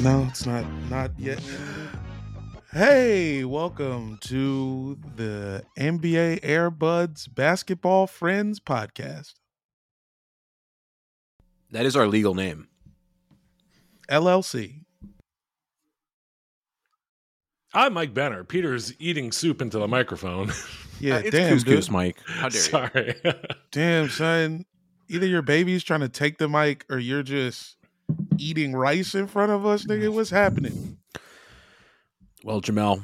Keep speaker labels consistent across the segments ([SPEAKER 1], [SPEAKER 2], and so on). [SPEAKER 1] No, it's not not yet. Hey, welcome to the NBA Airbuds Basketball Friends podcast.
[SPEAKER 2] That is our legal name.
[SPEAKER 1] LLC.
[SPEAKER 3] I'm Mike Benner. Peter's eating soup into the microphone.
[SPEAKER 1] Yeah,
[SPEAKER 2] Uh, it's
[SPEAKER 1] damn, dude.
[SPEAKER 2] couscous, Mike. How dare you?
[SPEAKER 3] Sorry.
[SPEAKER 1] Damn, son. Either your baby's trying to take the mic or you're just eating rice in front of us, nigga. What's happening?
[SPEAKER 2] Well, Jamel,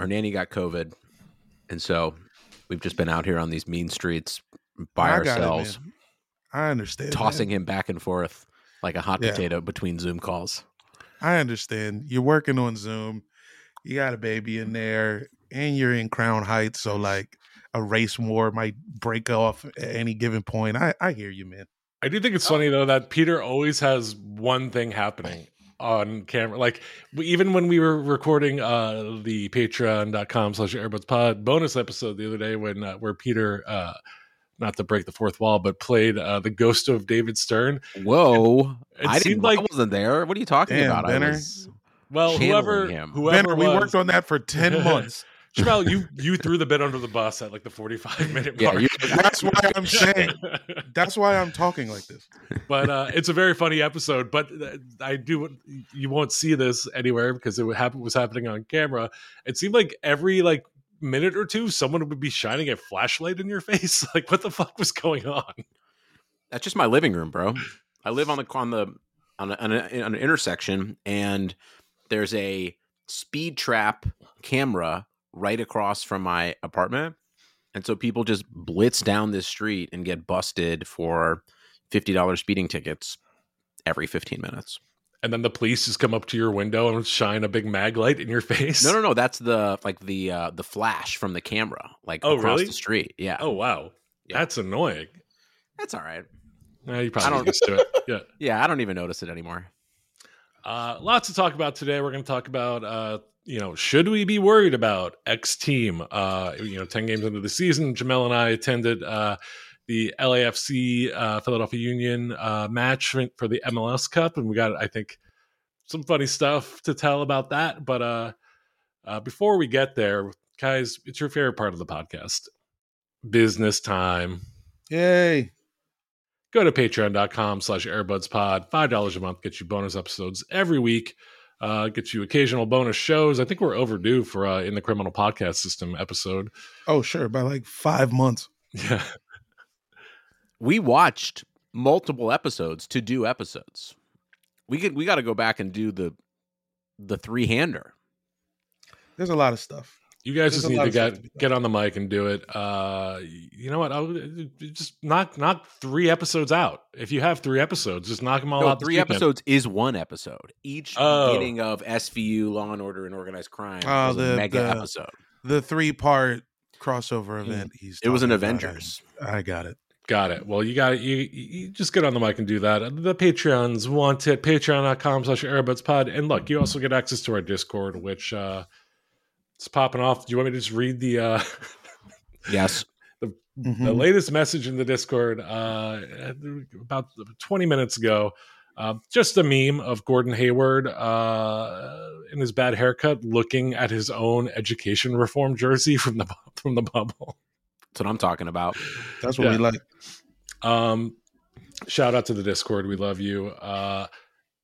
[SPEAKER 2] our nanny got COVID, and so we've just been out here on these mean streets by
[SPEAKER 1] I got it,
[SPEAKER 2] ourselves,
[SPEAKER 1] man. I understand. man.
[SPEAKER 2] tossing him back and forth like a hot
[SPEAKER 1] Yeah.
[SPEAKER 2] potato between Zoom calls.
[SPEAKER 1] I understand. You're working on Zoom. You got a baby in there, and you're in Crown Heights, so like a race war might break off at any given point. I I hear you, man.
[SPEAKER 3] I do think it's funny though that Peter always has one thing happening on camera. Like we- even when we were recording uh the patreon.com slash airbuds pod bonus episode the other day when uh, where Peter uh not to break the fourth wall, but played uh, the ghost of David Stern.
[SPEAKER 2] Whoa!
[SPEAKER 3] It
[SPEAKER 2] I
[SPEAKER 3] seemed
[SPEAKER 2] didn't.
[SPEAKER 3] like-
[SPEAKER 2] I wasn't there. What are you talking
[SPEAKER 1] Damn,
[SPEAKER 2] about?
[SPEAKER 1] Benner.
[SPEAKER 2] I was.
[SPEAKER 3] Well,
[SPEAKER 2] Channeling
[SPEAKER 3] whoever
[SPEAKER 2] him.
[SPEAKER 3] whoever
[SPEAKER 1] Benner, we
[SPEAKER 3] was-
[SPEAKER 1] worked on that for ten months.
[SPEAKER 3] Jamal, you you threw the bit under the bus at like the forty five minute
[SPEAKER 2] Yeah,
[SPEAKER 3] mark.
[SPEAKER 2] you-
[SPEAKER 1] That's why I'm saying. That's why I'm talking like this.
[SPEAKER 3] but uh, it's a very funny episode. But uh, I do you won't see this anywhere because it would happen was happening on camera. It seemed like every like minute or two, someone would be shining a flashlight in your face. Like what the fuck was going on?
[SPEAKER 2] That's just my living room, bro. I live on the on the on, a, on, a, on an intersection, and there's a speed trap camera right across from my apartment, and so people just blitz down this street and get busted for fifty dollars speeding tickets every fifteen minutes.
[SPEAKER 3] And then the police just come up to your window and shine a big mag light in your face.
[SPEAKER 2] No, no, no. That's the like the uh, the flash from the camera, like
[SPEAKER 3] Oh,
[SPEAKER 2] across
[SPEAKER 3] really?
[SPEAKER 2] the street. Yeah,
[SPEAKER 3] Oh wow,
[SPEAKER 2] Yeah.
[SPEAKER 3] that's annoying.
[SPEAKER 2] that's all right.
[SPEAKER 3] Yeah, you
[SPEAKER 2] I
[SPEAKER 3] probably
[SPEAKER 2] don't-
[SPEAKER 3] used to it. Yeah.
[SPEAKER 2] Yeah, I don't even notice it anymore.
[SPEAKER 3] Uh, lots to talk about today. We're going to talk about, uh, you know, should we be worried about X team? Uh, you know, 10 games into the season, Jamel and I attended uh, the LAFC uh, Philadelphia Union uh, match for the MLS Cup, and we got, I think, some funny stuff to tell about that. But uh, uh, before we get there, guys, it's your favorite part of the podcast business time
[SPEAKER 1] Yay!
[SPEAKER 3] go to patreon.com slash airbudspod five dollars a month gets you bonus episodes every week uh gets you occasional bonus shows i think we're overdue for uh in the criminal podcast system episode
[SPEAKER 1] Oh sure, by like five months.
[SPEAKER 3] yeah
[SPEAKER 2] we watched multiple episodes to do episodes. We could we got to go back and do the the three hander.
[SPEAKER 1] There's a lot of stuff.
[SPEAKER 3] You guys
[SPEAKER 1] There's
[SPEAKER 3] just
[SPEAKER 1] a
[SPEAKER 3] need
[SPEAKER 1] lot
[SPEAKER 3] to
[SPEAKER 1] of stuff
[SPEAKER 3] get
[SPEAKER 1] to be done.
[SPEAKER 3] get on the mic and do it. Uh, you know what? I'll, just knock knock three episodes out. If you have three episodes, just knock them all
[SPEAKER 2] No,
[SPEAKER 3] out. this
[SPEAKER 2] three
[SPEAKER 3] weekend.
[SPEAKER 2] episodes is one episode. Each
[SPEAKER 3] Oh. Ah,
[SPEAKER 2] beginning of SVU, Law and Order, and Organized Crime
[SPEAKER 1] Oh,
[SPEAKER 2] was a
[SPEAKER 1] the-
[SPEAKER 2] mega
[SPEAKER 1] the-
[SPEAKER 2] episode.
[SPEAKER 1] The three part crossover event. He's
[SPEAKER 2] It was an
[SPEAKER 1] talking about.
[SPEAKER 3] um,
[SPEAKER 2] Avengers.
[SPEAKER 1] I, I got it.
[SPEAKER 3] Got it. Well, you got it. You, you just get on the mic and do that. The Patreons want it. Patreon.com slash AirbudsPod. And look, you also get access to our Discord, which uh, it's popping off. Do you want me to just read the uh,
[SPEAKER 2] Yes.
[SPEAKER 3] the
[SPEAKER 1] Mhm.
[SPEAKER 3] latest message in the Discord uh, about 20 minutes ago. Uh, just a meme of Gordon Hayward uh, in his bad haircut, looking at his own education reform jersey from the from the bubble.
[SPEAKER 2] That's what I'm talking about.
[SPEAKER 1] That's what
[SPEAKER 3] Yeah.
[SPEAKER 1] we like.
[SPEAKER 3] Um, shout out to the Discord. We love you. Uh,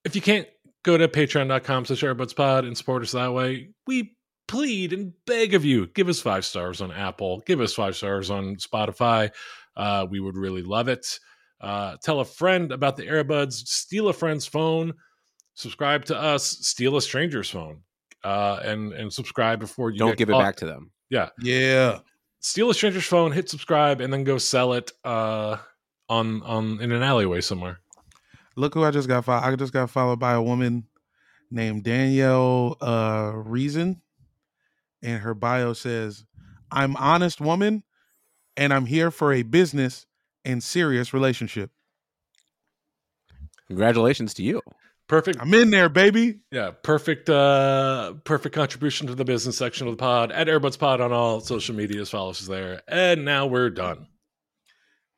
[SPEAKER 3] if you can't go to patreon.com slash airbudspod and support us that way, we plead and beg of you, give us five stars on Apple, give us five stars on Spotify. Uh, we would really love it. Uh, tell a friend about the Airbuds, steal a friend's phone, subscribe to us, steal a stranger's phone, uh, and and subscribe before you
[SPEAKER 2] Don't
[SPEAKER 3] get
[SPEAKER 2] give it
[SPEAKER 3] caught
[SPEAKER 2] back to them.
[SPEAKER 1] Yeah.
[SPEAKER 3] steal a stranger's phone, hit subscribe, and then go sell it uh, on on in an alleyway somewhere.
[SPEAKER 1] Look who I just got followed. I just got followed by a woman named Danielle uh, Reason, and her bio says, "I'm honest woman, and I'm here for a business and serious relationship.
[SPEAKER 2] Congratulations to you.
[SPEAKER 3] Perfect,
[SPEAKER 1] I'm in there, baby.
[SPEAKER 3] yeah, perfect, uh, perfect contribution to the business section of the pod at Airbuds Pod on all social medias. Follow us there, and now we're done.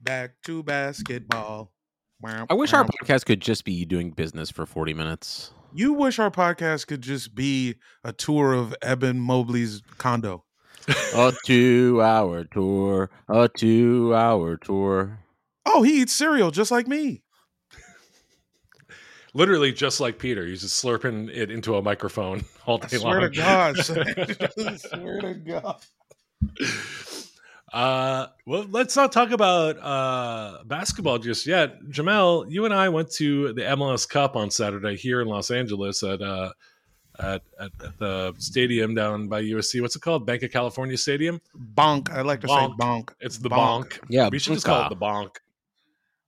[SPEAKER 1] Back to basketball."
[SPEAKER 2] I wish our podcast could just be you doing business for 40 minutes.
[SPEAKER 1] you wish our podcast could just be a tour of Eben Mobley's condo. Uh,
[SPEAKER 2] a two hour tour. A two hour tour.
[SPEAKER 1] Oh, he eats cereal just like me.
[SPEAKER 3] Literally, just like Peter, he's just slurping it into a microphone all
[SPEAKER 1] I
[SPEAKER 3] day
[SPEAKER 1] swear
[SPEAKER 3] long.
[SPEAKER 1] to God. I swear to God.
[SPEAKER 3] Uh, well, let's not talk about uh, basketball just yet. Jamel, you and I went to the MLS Cup on Saturday here in Los Angeles at uh, at, at, at the stadium down by USC. What's it called? Bank of California Stadium.
[SPEAKER 1] Bonk. I like to
[SPEAKER 3] Bonk.
[SPEAKER 1] say bonk.
[SPEAKER 3] It's the bonk.
[SPEAKER 2] Yeah.
[SPEAKER 3] We should just
[SPEAKER 2] Bunka.
[SPEAKER 3] call it the bonk.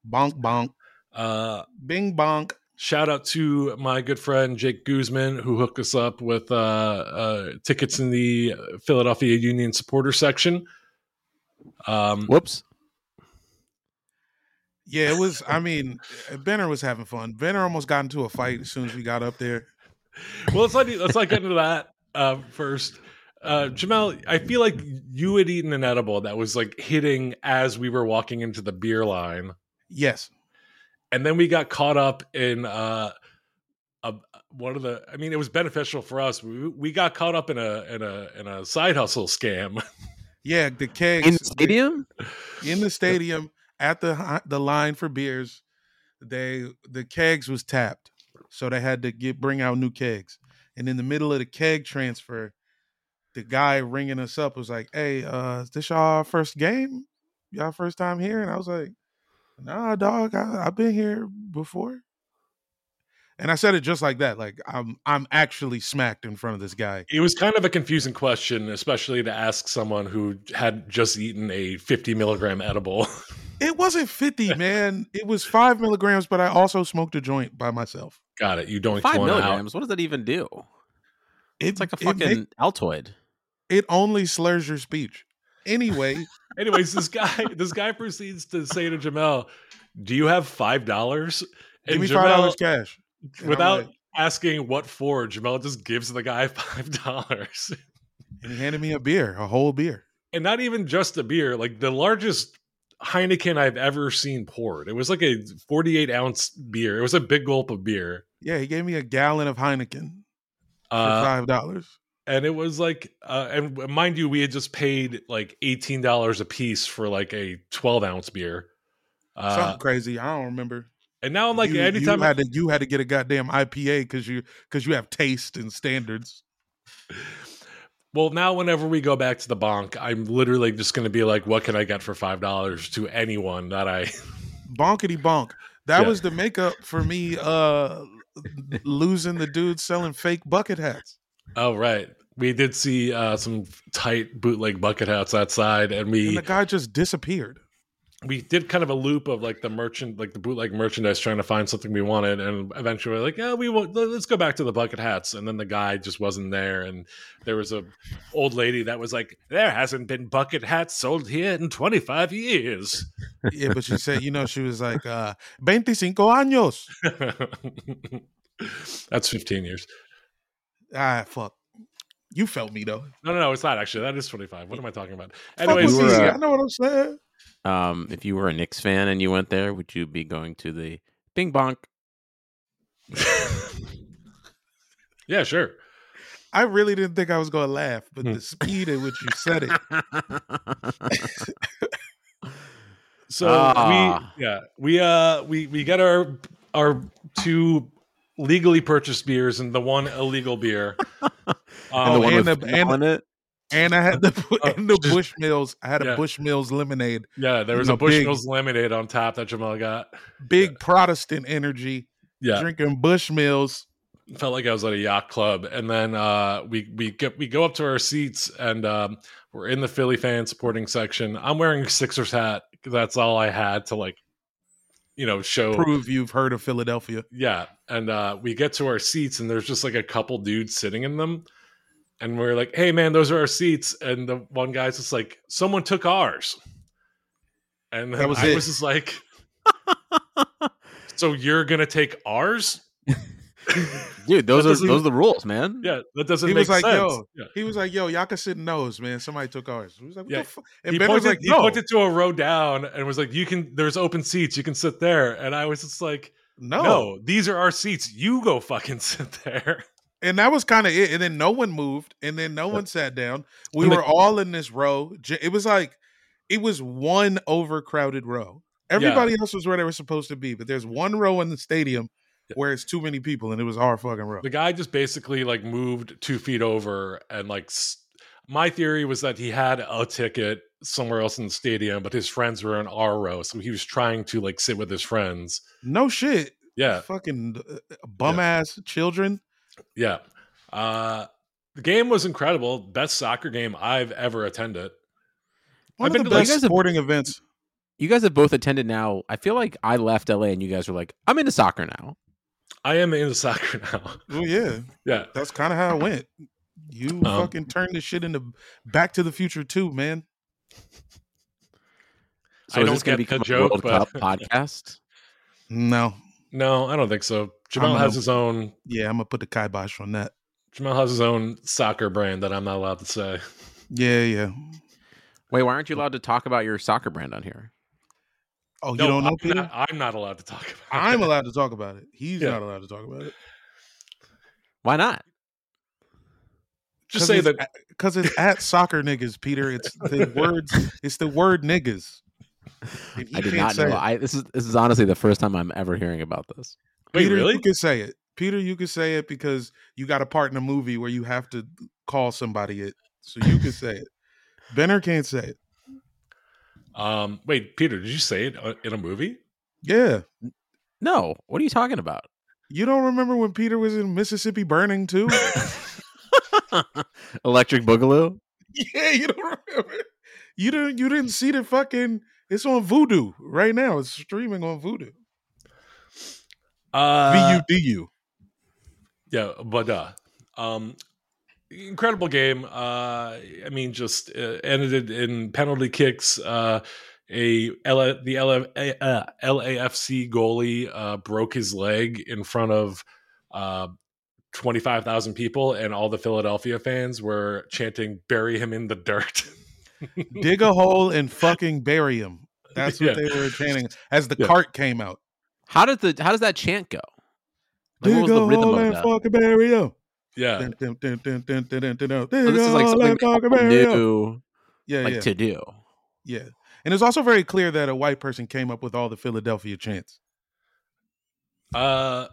[SPEAKER 1] Bonk, bonk.
[SPEAKER 3] Uh,
[SPEAKER 1] Bing, bonk.
[SPEAKER 3] shout out to my good friend Jake Guzman who hooked us up with uh, uh, tickets in the Philadelphia Union supporter section. Um,
[SPEAKER 2] Whoops.
[SPEAKER 1] Yeah, it was. I mean, Benner was having fun. Benner almost got into a fight as soon as we got up there.
[SPEAKER 3] well, let's not e-, let's not get into that uh, first. Uh, Jamel, I feel like you had eaten an edible that was like hitting as we were walking into the beer line,
[SPEAKER 1] Yes.
[SPEAKER 3] and then we got caught up in uh, a, one of the. I mean, it was beneficial for us. We, we got caught up in a in a in a side hustle scam.
[SPEAKER 1] Yeah, the kegs
[SPEAKER 2] In the stadium?
[SPEAKER 1] in the stadium at the hi- the line for beers, they the kegs was tapped, so they had to get bring out new kegs. And in the middle of the keg transfer, the guy ringing us up was like, "Hey, uh, is this y'all first game? Y'all first time here?" And I was like, "Nah, dog, I, I've been here before." And I said it just like that, like I'm I'm actually smacked in front of this guy.
[SPEAKER 3] It was kind of a confusing question, especially to ask someone who had just eaten a fifty milligram edible.
[SPEAKER 1] It wasn't 50, man. It was five milligrams, but I also smoked a joint by myself.
[SPEAKER 3] got it. You don't
[SPEAKER 2] Five
[SPEAKER 3] one out.
[SPEAKER 2] milligrams. What does that even do?
[SPEAKER 1] It-
[SPEAKER 2] It's like a
[SPEAKER 1] it ma-
[SPEAKER 2] fucking Altoid.
[SPEAKER 1] it only slurs your speech. Anyway,
[SPEAKER 3] Anyways, this guy this guy proceeds to say to Jamel, "Do you have five dollars?"
[SPEAKER 1] give me five dollars cash. And I'm
[SPEAKER 3] without
[SPEAKER 1] like-
[SPEAKER 3] asking what for. Jamel just gives the guy five dollars,
[SPEAKER 1] and he handed me a beer, a whole beer.
[SPEAKER 3] and not even just a beer, like the largest Heineken I've ever seen poured. It was like a forty-eight ounce beer. It was a big gulp of beer,
[SPEAKER 1] Yeah, he gave me a gallon of Heineken for
[SPEAKER 3] uh,
[SPEAKER 1] five dollars.
[SPEAKER 3] and it was like, uh, and mind you, we had just paid like eighteen dollars a piece for like a twelve ounce beer. Uh,
[SPEAKER 1] Something crazy. I don't remember.
[SPEAKER 3] and now I'm like,
[SPEAKER 1] you,
[SPEAKER 3] anytime
[SPEAKER 1] you
[SPEAKER 3] I-
[SPEAKER 1] had to, you had to get a goddamn IPA because you because you have taste and standards.
[SPEAKER 3] Well, now whenever we go back to the bonk, I'm literally just going to be like, "What can I get for five dollars to anyone that I?"
[SPEAKER 1] Bonkety bonk. That
[SPEAKER 3] Yeah.
[SPEAKER 1] was the makeup for me uh losing the dude selling fake bucket hats.
[SPEAKER 3] Oh, right. we did see uh, some tight bootleg bucket hats outside, and
[SPEAKER 1] And
[SPEAKER 3] we
[SPEAKER 1] the guy just disappeared.
[SPEAKER 3] we did kind of a loop of like the merchant, like the bootleg merchandise, trying to find something we wanted, and eventually we're like, yeah, we want. Let's go back to the bucket hats, and then the guy just wasn't there, and there was a old lady that was like, there hasn't been bucket hats sold here in twenty five years.
[SPEAKER 1] Yeah, but she said, you know, she was like, uh, 25 años.
[SPEAKER 3] That's fifteen years.
[SPEAKER 1] Ah, fuck. You felt me though.
[SPEAKER 3] No, no, no, it's not actually. That is twenty five. What am I talking about?
[SPEAKER 1] Fuck
[SPEAKER 3] Anyways,
[SPEAKER 1] with
[SPEAKER 2] we were,
[SPEAKER 1] these-
[SPEAKER 2] uh,
[SPEAKER 1] I know what I'm saying.
[SPEAKER 2] Um, if you were a Knicks fan and you went there, would you be going to the Bing Bonk?
[SPEAKER 3] yeah, sure.
[SPEAKER 1] I really didn't think I was gonna laugh, but
[SPEAKER 3] Hmm.
[SPEAKER 1] the speed at which you said it,
[SPEAKER 3] So
[SPEAKER 2] Ah.
[SPEAKER 3] we yeah we uh we we got our our two legally purchased beers and the one illegal beer.
[SPEAKER 2] and the
[SPEAKER 3] Um,
[SPEAKER 2] one
[SPEAKER 1] and
[SPEAKER 2] with
[SPEAKER 1] the-
[SPEAKER 2] fentanyl
[SPEAKER 1] and-
[SPEAKER 2] in it.
[SPEAKER 1] and I had the
[SPEAKER 3] Oh,
[SPEAKER 1] and the
[SPEAKER 3] just-
[SPEAKER 1] Bushmills. I had a
[SPEAKER 3] Yeah.
[SPEAKER 1] Bushmills lemonade.
[SPEAKER 3] yeah, there was
[SPEAKER 1] the
[SPEAKER 3] a
[SPEAKER 1] big-
[SPEAKER 3] Bushmills lemonade on top that Jamal got.
[SPEAKER 1] Big Protestant energy,
[SPEAKER 3] Yeah,
[SPEAKER 1] drinking Bushmills.
[SPEAKER 3] felt like I was at a yacht club. And then uh, we we get we go up to our seats and um, we're in the Philly fan supporting section. I'm wearing a Sixers hat. 'cause That's all I had to like, you know, show
[SPEAKER 1] Prove you've heard of Philadelphia.
[SPEAKER 3] Yeah, and uh, we get to our seats, and there's just like a couple dudes sitting in them, and we're like, "Hey, man, those are our seats." And the one guy's just like, "Someone took ours," and then
[SPEAKER 1] That was
[SPEAKER 3] I
[SPEAKER 1] it.
[SPEAKER 3] was just like, "So you're gonna take ours?"
[SPEAKER 2] Dude, those
[SPEAKER 3] That
[SPEAKER 2] are
[SPEAKER 3] doesn't-
[SPEAKER 2] those are the rules, man.
[SPEAKER 3] Yeah, that doesn't
[SPEAKER 1] He
[SPEAKER 3] make
[SPEAKER 1] was like,
[SPEAKER 3] sense.
[SPEAKER 1] "Yo."
[SPEAKER 3] Yeah.
[SPEAKER 1] He was like, "Yo, y'all can sit in those, man. Somebody took ours." He was like, "What
[SPEAKER 3] Yeah.
[SPEAKER 1] the fuck?" And
[SPEAKER 3] he,
[SPEAKER 1] Ben was
[SPEAKER 3] pointed,
[SPEAKER 1] like,
[SPEAKER 3] he
[SPEAKER 1] "No,
[SPEAKER 3] pointed to a row down and was like, "You can. There's open seats. You can sit there." And I was just like,
[SPEAKER 1] no,
[SPEAKER 3] "No, these are our seats. You go fucking sit there."
[SPEAKER 1] And that was kind of it. And then no one moved, and then no one sat down. We
[SPEAKER 3] And the-
[SPEAKER 1] were all in this row. J- It was like it was one overcrowded row. Everybody else was where they were supposed to be, but there's one row in the stadium
[SPEAKER 3] Yeah.
[SPEAKER 1] where it's too many people, and it was our fucking row.
[SPEAKER 3] The guy just basically like moved two feet over and like. s- My theory was that he had a ticket somewhere else in the stadium, but his friends were in our row, so he was trying to like sit with his friends.
[SPEAKER 1] No shit,
[SPEAKER 3] Yeah,
[SPEAKER 1] fucking uh, bum ass children.
[SPEAKER 3] yeah. Uh, the game was incredible. Best soccer game I've ever attended.
[SPEAKER 1] One of
[SPEAKER 3] I've been
[SPEAKER 1] the
[SPEAKER 3] to, like-
[SPEAKER 1] best
[SPEAKER 2] You guys have-
[SPEAKER 1] sporting events.
[SPEAKER 2] You guys have both attended now. I feel like I left LA and you guys were like, I'm into soccer now.
[SPEAKER 3] I am into soccer now.
[SPEAKER 1] Well, yeah,
[SPEAKER 3] yeah,
[SPEAKER 1] that's kind of how it went. You
[SPEAKER 3] Um
[SPEAKER 1] fucking turned this shit into Back to the Future too, man.
[SPEAKER 2] So
[SPEAKER 3] I
[SPEAKER 2] is
[SPEAKER 3] don't
[SPEAKER 2] this gonna
[SPEAKER 3] get the
[SPEAKER 2] become
[SPEAKER 3] joke,
[SPEAKER 2] a World
[SPEAKER 3] but-
[SPEAKER 2] Cup podcast?
[SPEAKER 1] No,
[SPEAKER 3] no, I don't think so.
[SPEAKER 1] I'm
[SPEAKER 3] Jamal
[SPEAKER 1] gonna-
[SPEAKER 3] has his own.
[SPEAKER 1] yeah, I'm gonna put the kibosh on that.
[SPEAKER 3] Jamal has his own soccer brand that I'm not allowed to say.
[SPEAKER 1] Yeah, yeah.
[SPEAKER 2] Wait, why aren't you allowed to talk about your soccer brand on here?
[SPEAKER 1] Oh,
[SPEAKER 3] No,
[SPEAKER 1] you don't know,
[SPEAKER 3] I'm
[SPEAKER 1] Peter?
[SPEAKER 3] not- I'm not allowed to talk about.
[SPEAKER 1] I'm
[SPEAKER 3] it.
[SPEAKER 1] allowed to talk about it. He's
[SPEAKER 3] Yeah.
[SPEAKER 1] not allowed to talk about it.
[SPEAKER 2] Why not?
[SPEAKER 3] Just say that
[SPEAKER 1] because it's at soccer niggas, Peter. It's the words. It's the word niggas. And he
[SPEAKER 2] I did
[SPEAKER 1] can't
[SPEAKER 2] not
[SPEAKER 1] say
[SPEAKER 2] know.
[SPEAKER 1] it.
[SPEAKER 2] I this is this is honestly the first time I'm ever hearing about this.
[SPEAKER 3] Wait,
[SPEAKER 1] Peter,
[SPEAKER 3] really?
[SPEAKER 1] You can say it, Peter. You can say it because you got a part in a movie where you have to call somebody it, so you can say it. Benner can't say it.
[SPEAKER 3] Um, wait, Peter, did you say it uh, in a movie?
[SPEAKER 1] Yeah,
[SPEAKER 2] No, what are you talking about?
[SPEAKER 1] you don't remember when Peter was in Mississippi Burning too?
[SPEAKER 2] Electric Boogaloo?
[SPEAKER 1] yeah, you don't remember. You didn't. You didn't see the fucking. It's on Voodoo right now. It's streaming on Voodoo.
[SPEAKER 3] Uh,
[SPEAKER 1] V U D U.
[SPEAKER 3] yeah, but uh, um, incredible game. Uh, I mean, just uh, ended in penalty kicks. Uh, a L- the L- uh, LAFC goalie uh, broke his leg in front of uh, twenty five thousand people, and all the Philadelphia fans were chanting "Bury him in the dirt."
[SPEAKER 1] dig a hole and fucking bury him. That's what
[SPEAKER 3] Yeah.
[SPEAKER 1] they were chanting as the
[SPEAKER 3] Yeah.
[SPEAKER 1] cart came out.
[SPEAKER 2] How did the how does that chant go? Like,
[SPEAKER 1] dig
[SPEAKER 2] what was
[SPEAKER 1] a
[SPEAKER 2] the rhythm
[SPEAKER 1] hole
[SPEAKER 2] of
[SPEAKER 1] and
[SPEAKER 2] that?
[SPEAKER 1] fucking bury him.
[SPEAKER 3] yeah,
[SPEAKER 1] Dun, dun, dun, dun, dun, dun, dun, dun, dun.
[SPEAKER 2] So
[SPEAKER 1] Dig a
[SPEAKER 2] this is like
[SPEAKER 1] hole
[SPEAKER 2] something
[SPEAKER 1] and
[SPEAKER 2] they all
[SPEAKER 1] fucking bury him.
[SPEAKER 2] knew,
[SPEAKER 1] Yeah,
[SPEAKER 2] like
[SPEAKER 1] yeah,
[SPEAKER 2] to do.
[SPEAKER 1] yeah. And it's also very clear that a white person came up with all the Philadelphia chants.
[SPEAKER 3] Uh,